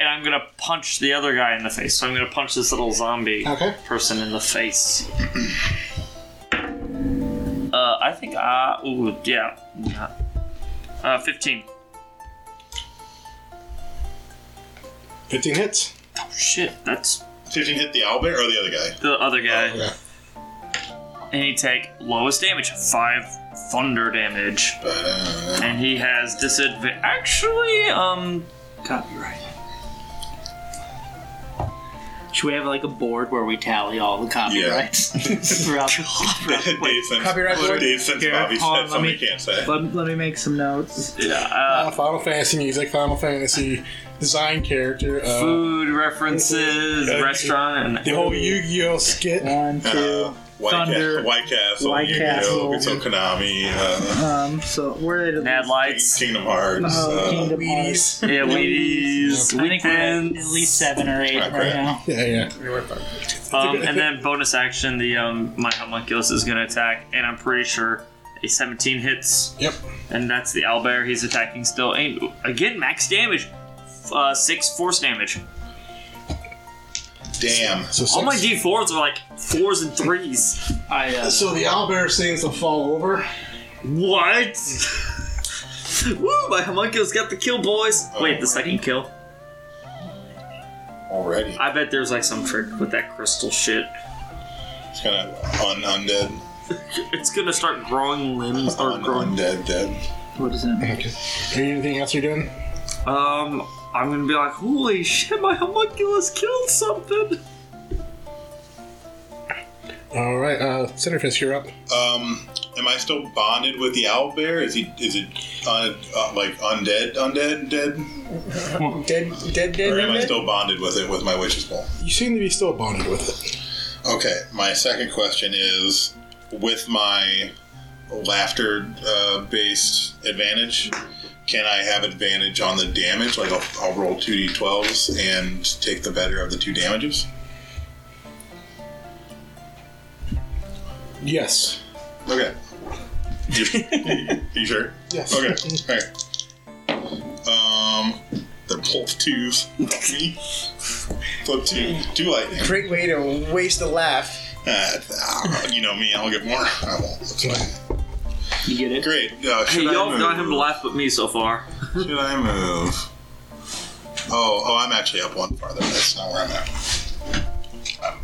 and I'm gonna punch the other guy in the face. So I'm gonna punch this little zombie Okay. person in the face. uh, I think I. Ooh, yeah. nah. Uh, 15. 15 hits. Shit, that's 15 hit the owlbear or the other guy? the other guy. Okay. And he take lowest damage, five thunder damage, Uh, and he has disadvantage. Actually, um, Copyright. Should we have like a board where we tally all the copyrights throughout the throughout- Dave since, copyright board? Dave since Here, Bobby hold on, said let something me- he can't say. Let, let me make some notes. yeah, Uh, uh, Final Fantasy music, Final Fantasy design character. Uh, food references, restaurant, The and whole Yu Gi Oh skit. One, two, Uh, White, Thunder. Ca- White Castle, White Yu-Gi-Oh, Castle. It's on Konami, uh, Um, so where are they? Mad Lights. Kingdom Hearts. Oh, uh, Kingdom Hearts. Wheaties. Yeah, Wheaties. I think we're at Weekends. at least seven or eight Crap, right crap. now. Yeah, yeah. We were fun. Um, and then bonus action, the um, my homunculus is going to attack, and I'm pretty sure a 17 hits, Yep. and that's the owlbear he's attacking still. And again, max damage, F- uh, six force damage. Damn. So All my six. d4s are like fours and threes. I uh, so the owlbear seems to fall over. What? Woo! My homunculus got the kill, boys. Wait, the second kill. Already. I bet there's like some trick with that crystal shit. It's kind of un- undead. It's gonna start growing limbs or Un- growing. undead dead. what is it? Okay. Anything else you're doing? Um, I'm gonna be like, holy shit, my homunculus killed something. All right, uh, Centerfist, you're up. Um, am I still bonded with the owlbear? Is he? Is it un- uh, like undead, undead, dead? Dead, dead, dead, Or am I dead. still bonded with it with my witch's bowl? You seem to be still bonded with it. Okay, my second question is with my laughter uh, based advantage, can I have advantage on the damage? Like, I'll, I'll roll 2d12s and take the better of the two damages? Yes. Okay. You, you sure? Yes. Okay, alright. Um, they're both twos. Flip two. Two lightning. Great way to waste a laugh. Uh, you know me, I'll get more. I won't. That's Oh, fine. You get it? Great. Uh, Hey, should I y'all have got move? him to laugh at me so far. Should I move? Oh, oh, I'm actually up one farther. That's not where I'm at. I'm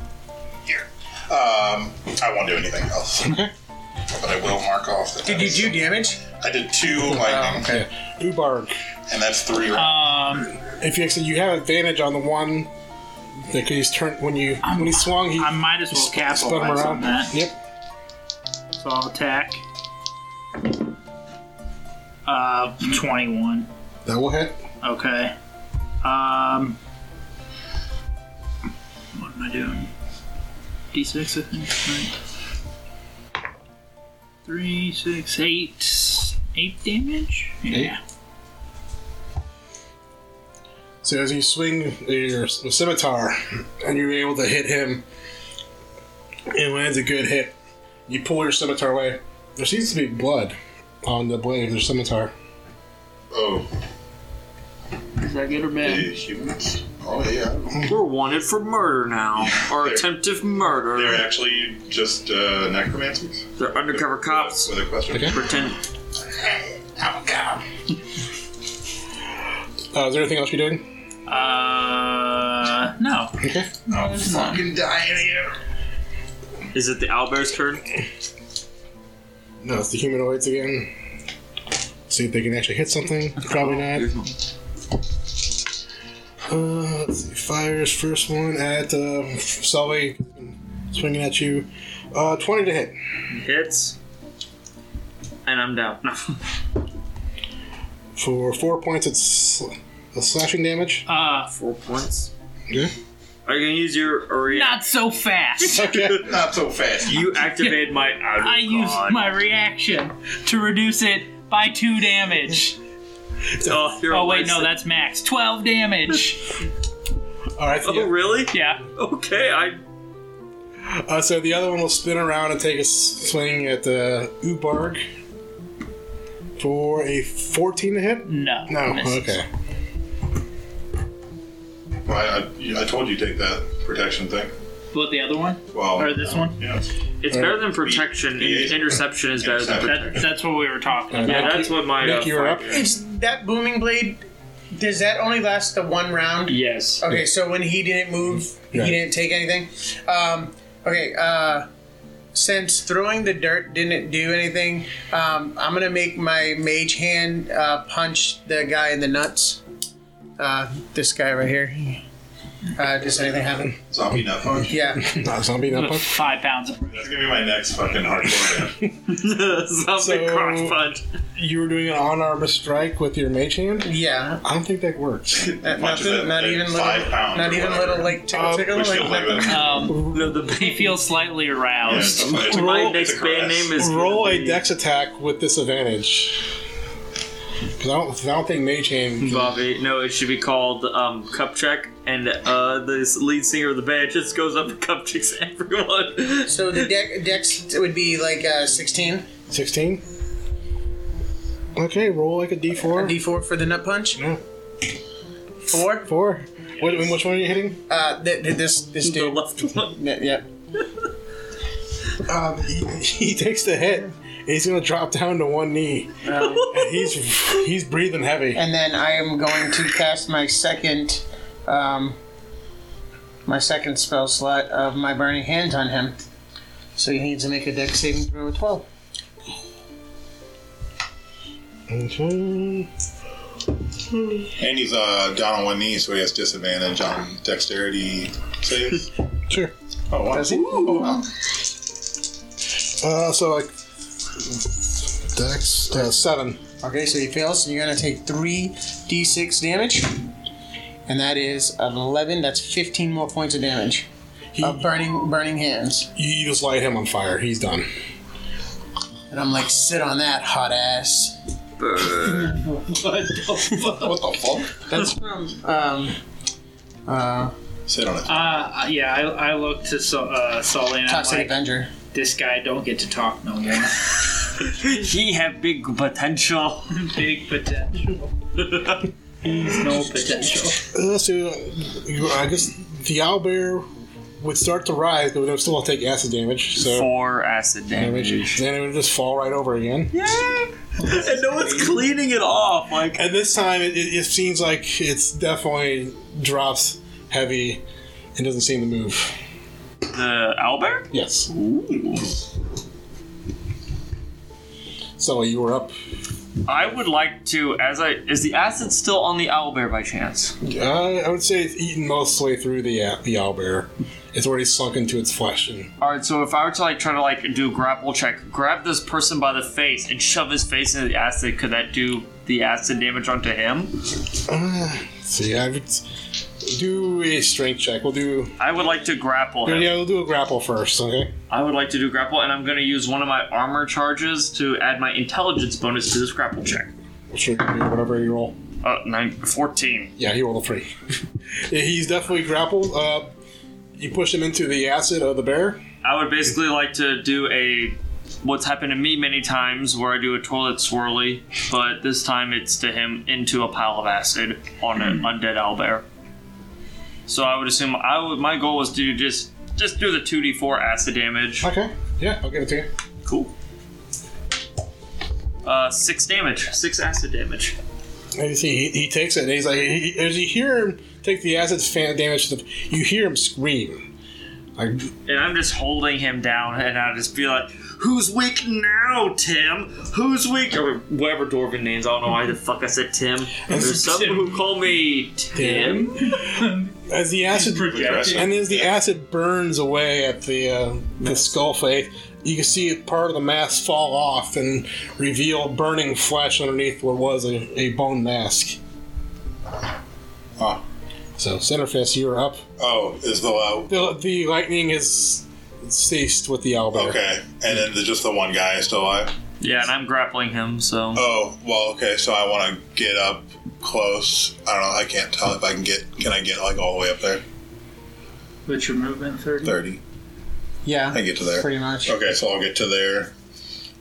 here. Um, I won't do anything else. but I will mark off. that Did you do damage? I did two lightning, okay. Ubarg. and that's three. Uh, rounds. Um, If you actually you have advantage on the one that he's turned when you when he swung, he I might as well sp- spun him capitalize on around. that. Yep. So I'll attack. Uh, twenty-one. That will hit. Okay. Um. What am I doing? D6, I think. Right. Three, six, eight. Eight damage? Yeah. So as you swing your scimitar and you're able to hit him, it lands a good hit. You pull your scimitar away. There seems to be blood on the blade of your scimitar. Oh, Is that good or yeah, bad? humans. Oh yeah. We're wanted for murder now, or They're- attempted murder. They're They're, actually just uh, necromancers. undercover cops. With a question. Oh, Okay. Pretend. Uh, is there anything else you're doing? Uh. No. Okay. I'm fucking dying here. Is it the owlbear's turn? No, it's the humanoids again. See if they can actually hit something. Probably not. Uh, let's see. Fires first one at uh, Sully, swinging at you. Uh, 20 to hit. Hits. And I'm down. No. For four points, it's sl- slashing damage. Uh. Four points. Yeah. Are you gonna use your or re- Not so fast! Okay. Not so fast. You activate my. Oh, I used God. my reaction to reduce it by two damage. Oh, you're Oh, a wait, no, waste. that's max. 12 damage! All right. Oh, yeah. really? Yeah. Okay, I. Uh, so the other one will spin around and take a s- swing at the Ubarg for a 14 to hit. No. No. Misses. Okay. Well, I, I, I told you to take that protection thing. What, the other one? Well, Or this one? Yeah. It's better than protection. Yeah. Interception is better than. That, that's what we were talking Uh, about. Yeah, that's what my. Nick, uh, you're up. fight is. Is that booming blade? Does that only last the one round? Yes. Okay, so when he didn't move, Yeah. he didn't take anything. Um, okay, uh, since throwing the dirt didn't do anything, um, I'm gonna make my mage hand uh, punch the guy in the nuts. Uh, this guy right here. Uh, does anything happen? Zombie nut punch. Yeah. Not zombie nut punch. Five pounds of That's gonna be my next fucking hardcore band. So- Something crotch punch. You were doing an on armor strike with your mage hand. Yeah. I don't think that works. Uh, Punches nothing, at- not at even little, five pounds not or even whatever. little like tickle Uh, tickle. Which feels Like, like a- Um, R- No, the he feels slightly yeah, aroused. it's a- it's a- my it's next a band caress. name is gonna Roll a be- dex attack with disadvantage. Because I don't, I don't think mage hand. can- Bobby, no, it should be called um, Cup Check, and uh, the lead singer of the band just goes up and cup checks everyone. so the deck dex would be like uh, 16 16. Okay, roll like a d4. d4 for the nut punch. Yeah. Four. Four. What, which one are you hitting? Uh, th- th- this this the dude. left one. Yeah, yeah. Um, he, he takes the hit. and He's gonna drop down to one knee. And he's he's breathing heavy. And then I am going to cast my second, um, my second spell slot of my burning hand on him. So he needs to make a dex saving throw of 12. Okay. And he's uh, down on one knee, so he has disadvantage on dexterity saves. Sure. Oh, wow. Does he? Oh, wow. Uh, so like dex uh, seven. Okay, so he fails, and you're going to take 3d6 damage. And that is 11, that's 15 more points of damage. He, Of burning burning hands. you just light him on fire. He's done. And I'm like, sit on that, hot ass. What the fuck? That's from, um, uh, Sit on it. Uh, yeah, I, I looked to Sol- uh, Sully and I'm Toxic like, Avenger. this guy don't get to talk no more. He have big potential. Big potential. He's no potential. Uh, so you, I guess the owlbear would start to rise, but would still take acid damage. So Four acid damage. damage. Then it would just fall right over again. and no one's cleaning it off. Like And this time, it, it, it seems like it's definitely drops heavy and doesn't seem to move. the owlbear? Yes. Ooh. So you were up. I would like to as I is the acid still on the owlbear by chance? Uh, I would say it's eaten most of the way through the uh, the owlbear. It's already sunk into its flesh. And Alright, so if I were to like try to like do a grapple check, grab this person by the face and shove his face into the acid, could that do the acid damage onto him? see, I would do a strength check. We'll do I would like to grapple him. yeah, we'll do a grapple first. Okay. I would like to do grapple, and I'm going to use one of my armor charges to add my intelligence bonus to this grapple check. Sure, you can do whatever you roll. Uh, nine, 14. Yeah, he rolled a three. Yeah, He's definitely grappled. Uh, you push him into the acid of the bear. I would basically like to do a what's happened to me many times where I do a toilet swirly, but this time it's to him into a pile of acid on an undead owlbear. So I would assume I would my goal was to just just do the 2d4 acid damage. Okay. Yeah, I'll give it to you. Cool. Uh, six damage, six acid damage. And you see, he, he takes it, and he's like, he, he- as you hear him take the acid fan damage, to the, you hear him scream. Like, and I'm just holding him down, and I just be like, "Who's weak now, Tim? Who's weak?" Or whatever dwarven names. I don't know why the fuck I said Tim. There's some who call me Tim. as the acid, and as the acid burns away at the uh, the skull face, you can see part of the mask fall off and reveal burning flesh underneath what was a, a bone mask. Oh. So, Centerfist, you're up. Oh, is the uh, The, the lightning is ceased with the owlbear. okay? And then there's just the one guy is still alive. Yeah, and I'm grappling him, so Oh, well, okay. So I want to get up close. I don't know. I can't tell if I can get. Can I get like all the way up there? What's your movement? 30? Thirty. Yeah, I get to there. pretty much. Okay, so I'll get to there.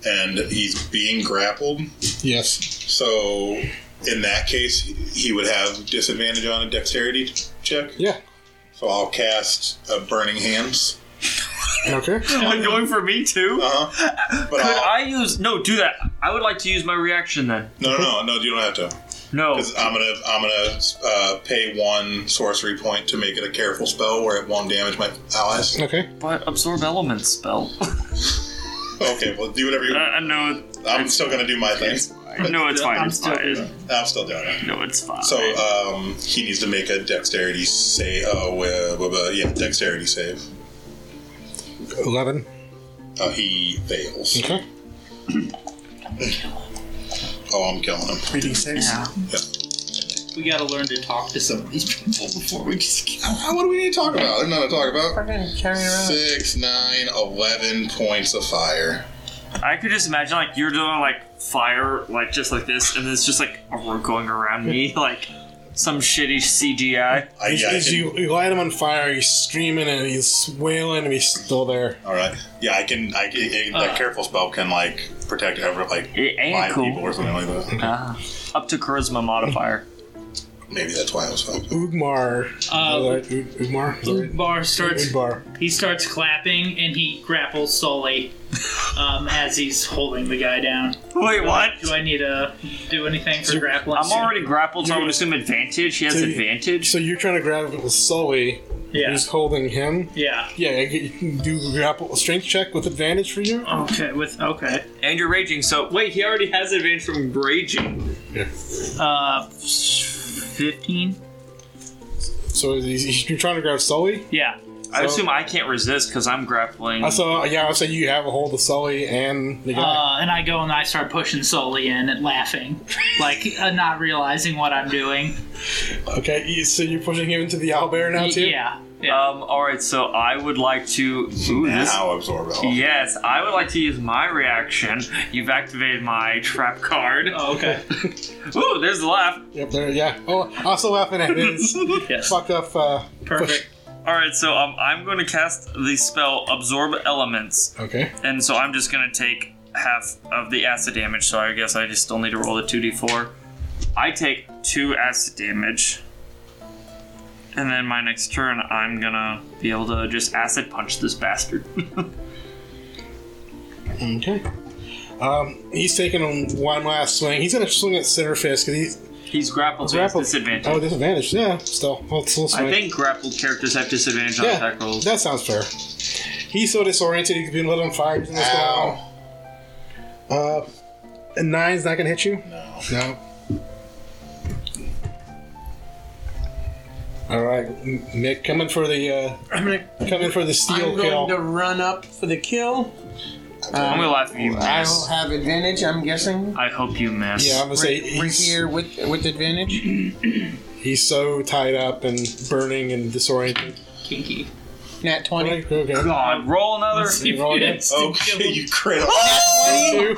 And he's being grappled. Yes. So in that case, he would have disadvantage on a dexterity check. Yeah. So I'll cast uh, burning hands. Okay. I'm going for me too. Uh huh. Could But I'll, I use no? Do that. I would like to use my reaction then. no, no, no, no. You don't have to. No, Because I'm gonna, I'm gonna uh, pay one sorcery point to make it a careful spell where it won't damage my allies. Okay. but absorb elements spell. Okay, well, do whatever you. Ah, I know. I'm still gonna do my thing. No, it's fine. I'm It's still- fine. I'm still down. it. No, it's fine. So um, he needs to make a dexterity save. Oh, uh, blah, blah, yeah, dexterity save. Eleven. Uh, he fails. Okay. Oh, I'm killing him. 3d6. We gotta learn to talk to some of these people before we just kill Ah, What do we need to talk about? There's nothing to talk about. Fucking carry around. Six, nine, eleven points of fire. I could just imagine like you're doing like fire, like just like this, and it's just like a rope going around me, like some shitty CGI. I, He's, yeah, I he's- can- you, you light him on fire, he's screaming and he's wailing and he's still there. All right. Yeah, I can. I can. it- that careful spell can like protect every like It ain't five Uh. cool. people or something like that. Ah, up to charisma modifier. Maybe that's why I was fucked. Ugmar. Uh, Is that right? Ug- Ugmar? Is that right? Bar starts. Ugmar. He starts clapping and he grapples Sully um, as he's holding the guy down. Wait, what? Do I need to do anything for grappling? I'm already grappled, so I would assume advantage. He has So you- advantage. So you're trying to grab it with Sully, Yeah. who's holding him. Yeah. Yeah, I get- you can do grapple strength check with advantage for you. Okay. With okay. and you're raging, so wait, he already has advantage from raging. Uh, fifteen. So he's- you're trying to grab Sully. Yeah. I So- assume I can't resist because I'm grappling. I saw. Yeah, I saw you have a hold of Sully and the guy. Uh, and I go and I start pushing Sully in and laughing, like uh, not realizing what I'm doing. okay, you- so you're pushing him into the owlbear now too. Uh, Yeah. Yeah. Um, alright, so I would like to. Ooh, this. Now absorb it all. Yes, I would like to use my reaction. You've activated my trap card. oh, okay. Ooh, there's the laugh. Yep. There. Yeah. Oh, also laughing at his Yes. fucked up. Uh, Perfect. All right, so um, I'm going to cast the spell Absorb Elements, okay. and so I'm just going to take half of the acid damage. So I guess I just still need to roll the two d4. I take two acid damage, and then my next turn I'm gonna be able to just acid punch this bastard. Okay. Um, he's taking on one last swing. He's gonna swing at center fist because he's He's grappled, so he has grappled. disadvantage. Oh, disadvantage. Yeah. Still, well, still swing. I think grappled characters have disadvantage on Yeah, attack rolls. that sounds fair. He's so disoriented he's been lit on fire. He's in this Ow. Uh, and nine's not gonna hit you. No. No. All right, M- Mick, coming for the uh, I'm gonna. coming for the I'm steel going kill. to run up for the kill. Uh, I'm gonna laugh at you. I miss. will have advantage. I'm guessing. I hope you miss. Yeah, I'm gonna say We're he's, here with with advantage. he's so tied up and burning and disoriented. Kinky. Nat twenty. Okay, okay. God, roll another. You roll again. Yes. Okay, you crit. Two.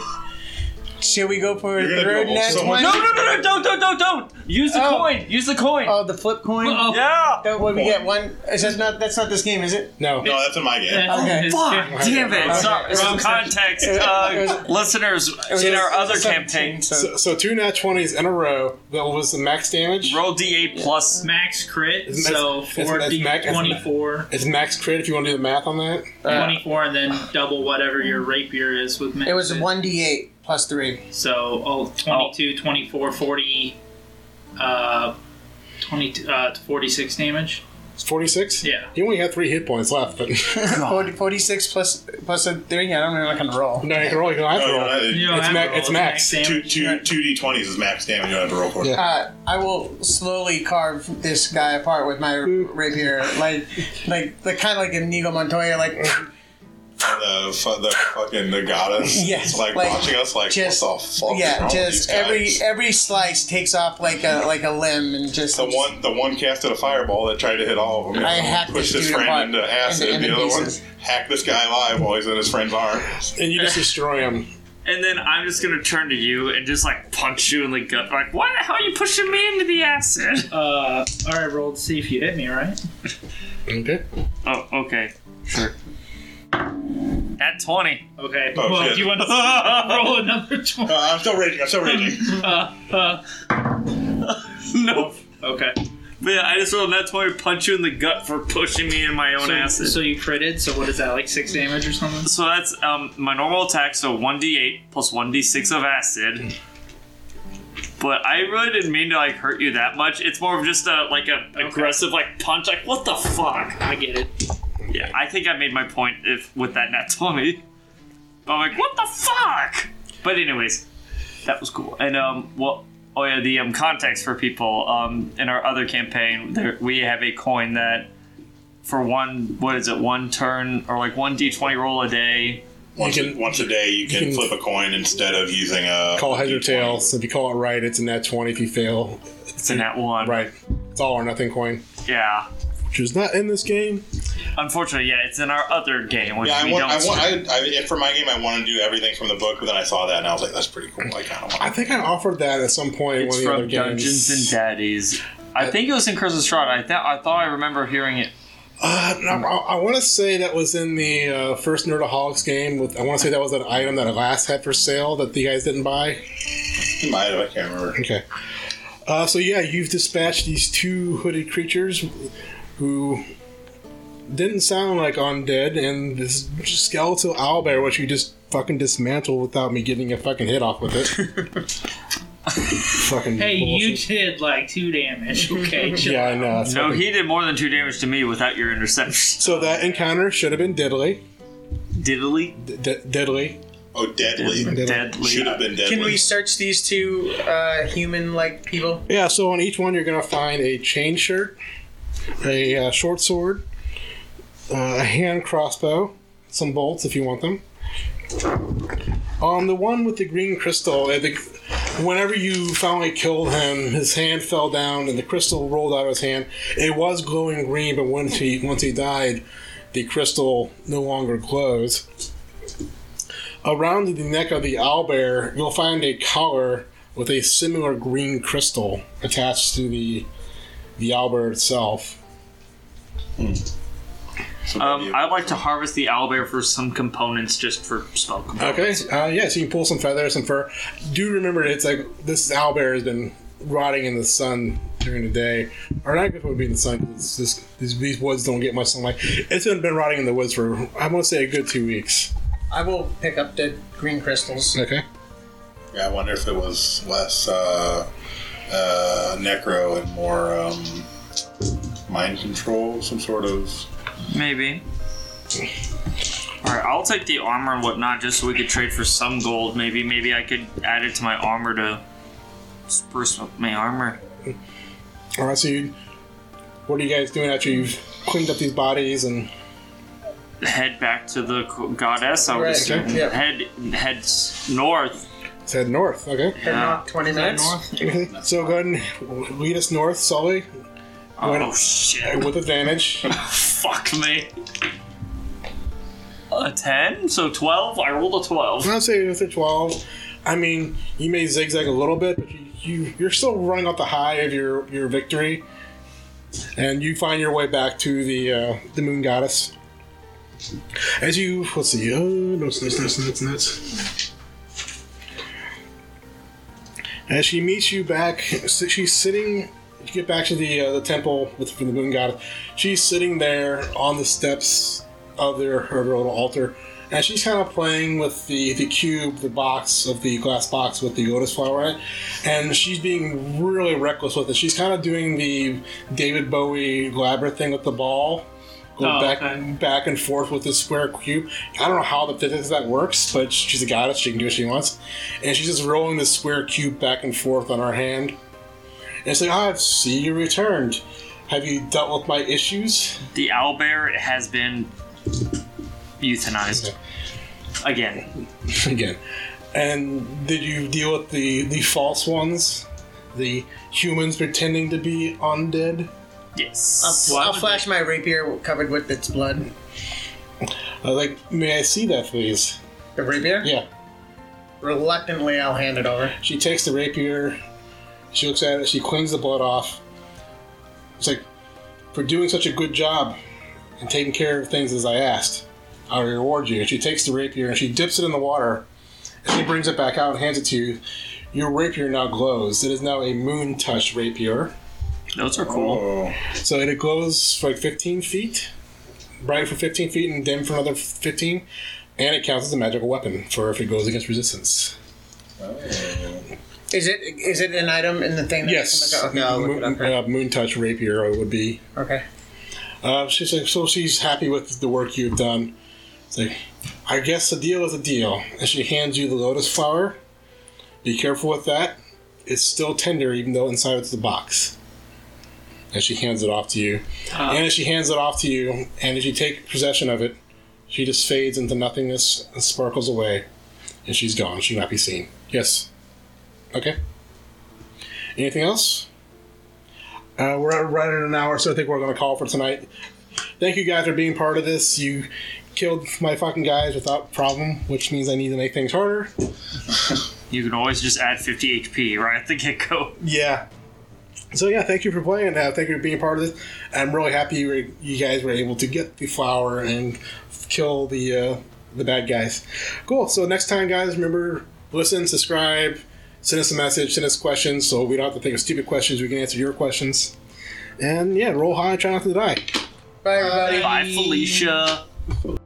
Should we go for a You're gonna third go nat so twenty? No, no, no, no, don't, don't, don't, don't! Use the Oh. coin! Use the coin! Oh, the flip coin. Oh, yeah! That what we get one. Is that not? That's not this game, is it? No. No, that's in my game. Okay. It's- Fuck, damn it! Okay. Sorry, some context. It Uh, was- listeners, in our other campaign, So, so two nat twenties in a row. That was the max damage. roll d8 plus. Max crit, Isn't that- so isn't 4d that max- 24, It's max crit if you want to do the math on that. 24, and then double whatever your rapier is with max. Uh, It was crit. one d eight plus three. So, oh, 22, 24, 40, uh, 20, uh, 46 damage. It's forty six. Yeah. He only had three hit points left, but 40, 46 plus plus a three. I don't really like on roll. no, you can roll. You can have to Oh, No, roll. no, You no, don't It's have ma- to roll, it's max. damage. Oh, two two two d twenties is max damage. You don't have to roll for. it. Yeah. Uh, I will slowly carve this guy apart with my rapier, like, like, like kind of like Inigo Montoya, like The, uh, fu- the fucking the goddess. Yes, is, like, like, watching us. Like just- what the fuck? is wrong yeah, with these just every guys? every slice takes off like a like a limb and just The one, the one casted a fireball that tried to hit all of them. I hacked Pushed his this dude friend apart into acid. into- into the other pieces. one hacked this guy alive while he's in his friend's Uh, arms. and you just destroy him. And then I'm just gonna turn to you and just like punch you in the gut. Like, why the hell are you pushing me into the acid? Uh, alright, roll to see if you hit me, right? Okay. Oh, okay. Sure. At 20. Okay. Oh, well, shit. do you want to roll another 20? Uh, I'm still raging. I'm still raging. Uh, uh, no. okay. But yeah, I just rolled that 20 punch you in the gut for pushing me in my own So, acid. so you critted, so what is that, like 6 damage or something? So that's um, my normal attack, so 1d8 plus 1d6 of acid. But I really didn't mean to like hurt you that much. It's more of just a like a aggressive like punch. Like what the fuck? I get it. Yeah, I think I made my point if with that nat twenty. But I'm like, what the fuck? But anyways, that was cool. And um, well, oh yeah, the um, context for people um, in our other campaign, there, we have a coin that for one, what is it, one turn or like one d20 roll a day. Once, You can- once a day, you can, can- flip a coin instead of using a Call heads or D20. tails. If you call it right, it's a net 20. If you fail, It's in that one. right. It's all or nothing coin, Yeah. which is not in this game. Unfortunately, yeah, it's in our other game, which Yeah, I we want, don't. I want, I, I, if for my game, I want to do everything from the book, but then I saw that and I was like, that's pretty cool. I kind of I want think I offered that at some point in it's one of the other from games. Dungeons and Daddies. Uh, I think it was in Curse of Strahd. I, th- I thought I remember hearing it. Uh, no, I, I want to say that was in the uh, first Nerdaholics game. With I want to say that was an item that last had for sale that the guys didn't buy. to. might have, I can't remember. Okay. Uh, so yeah, you've dispatched these two hooded creatures who didn't sound like undead, and this skeletal owlbear, which you just fucking dismantled without me getting a fucking hit off with it. fucking Hey, you bullshit. did like two damage. Okay, chill. Yeah, I know. it's No, fucking- he did more than two damage to me without your interception. So that encounter should have been deadly. Diddly, D- d- deadly. Oh, deadly. deadly. Should have been deadly. Can we search these two uh, human-like people? Yeah, so on each one you're going to find a chain shirt, a uh, short sword, uh, a hand crossbow, some bolts if you want them. On the one with the green crystal, I think whenever you finally killed him, his hand fell down and the crystal rolled out of his hand. It was glowing green, but once he once he died, the crystal no longer glows. Around the neck of the owlbear, you'll find a collar with a similar green crystal attached to the the owlbear itself. So Um, maybe- I'd like to harvest the owlbear for some components, just for spell components. Okay, uh, yeah, so you can pull some feathers, some fur. Do remember, it's like this owlbear has been rotting in the sun during the day, or not good would be in the sun because this, these, these woods don't get much sunlight. It's been, been rotting in the woods for I want to say a good two weeks. I will pick up the green crystals. Okay, yeah, I wonder if it was less uh, uh, necro and more um, mind control, some sort of. Maybe. All right, I'll take the armor and whatnot, just so we could trade for some gold. Maybe, maybe I could add it to my armor to spruce up my armor. all right. So, you, what are you guys doing after you've cleaned up these bodies and Head back to the co- goddess. I would Right, assume. yeah. Head head s- north. let's head north? Okay, They're not 20 minutes. so go ahead and lead us north, Sully, Oh shit! with advantage. Fuck me. A ten, so twelve. I rolled a twelve. I'll say with a 12. I mean, you may zigzag a little bit, but you, you you're still running off the high of your your victory, and you find your way back to the uh, the moon goddess. As you let's see, oh no, nuts, nuts, nuts, nuts, nuts. As she meets you back, s- she's sitting. You get back to the uh, the temple with from the moon goddess. She's sitting there on the steps of their her little altar, and she's kind of playing with the, the cube, the box of the glass box with the lotus flower in it, and she's being really reckless with it. She's kind of doing the David Bowie Labyrinth thing with the ball, going Oh, back okay. back and forth with this square cube. I don't know how the physics of that works, but she's a goddess; she can do what she wants, and she's just rolling this square cube back and forth on her hand. And it's like, "Ah, I see you returned. Have you dealt with my issues? The owlbear has been euthanized. Again. again. And did you deal with the the false ones, the humans pretending to be undead? Yes. I'll, I'll flash my rapier covered with its blood. I was Uh, like, may I see that, please? The rapier? Yeah. Reluctantly, I'll hand it over. She takes the rapier. She looks at it. She cleans the blood off. It's like, for doing such a good job and taking care of things as I asked, I'll reward you. And she takes the rapier and she dips it in the water. And she brings it back out and hands it to you. Your rapier now glows. It is now a moon touch rapier. Those are cool. Oh, So it glows for like 15 feet, bright for 15 feet and dim for another 15, and it counts as a magical weapon for if it goes against resistance. oh, Is it is it an item in the thing? That Yes, Okay, I'll look it up. moon, right. uh, moon touch rapier would be. Okay. Uh, she's like, so she's happy with the work you've done. It's like, I guess the deal is a deal, and she hands you the lotus flower. Be careful with that. It's still tender, even though inside it's the box. And she hands it off to you. and as she hands it off to you, and as you take possession of it, she just fades into nothingness and sparkles away. And she's gone. She will not be seen. Yes. Okay. Anything else? Uh, we're at right at an hour, so I think we're going to call for tonight. Thank you guys for being part of this. You killed my fucking guys without problem, which means I need to make things harder. You can always just add 50 HP right at the get go. Yeah. So yeah, thank you for playing. Uh, thank you for being part of this. I'm really happy you, were, you guys were able to get the flower and kill the uh, the bad guys. Cool. So next time, guys, remember listen, subscribe, send us a message, send us questions, so we don't have to think of stupid questions. We can answer your questions. And yeah, roll high, try not to die. Bye, everybody. Bye, Felicia.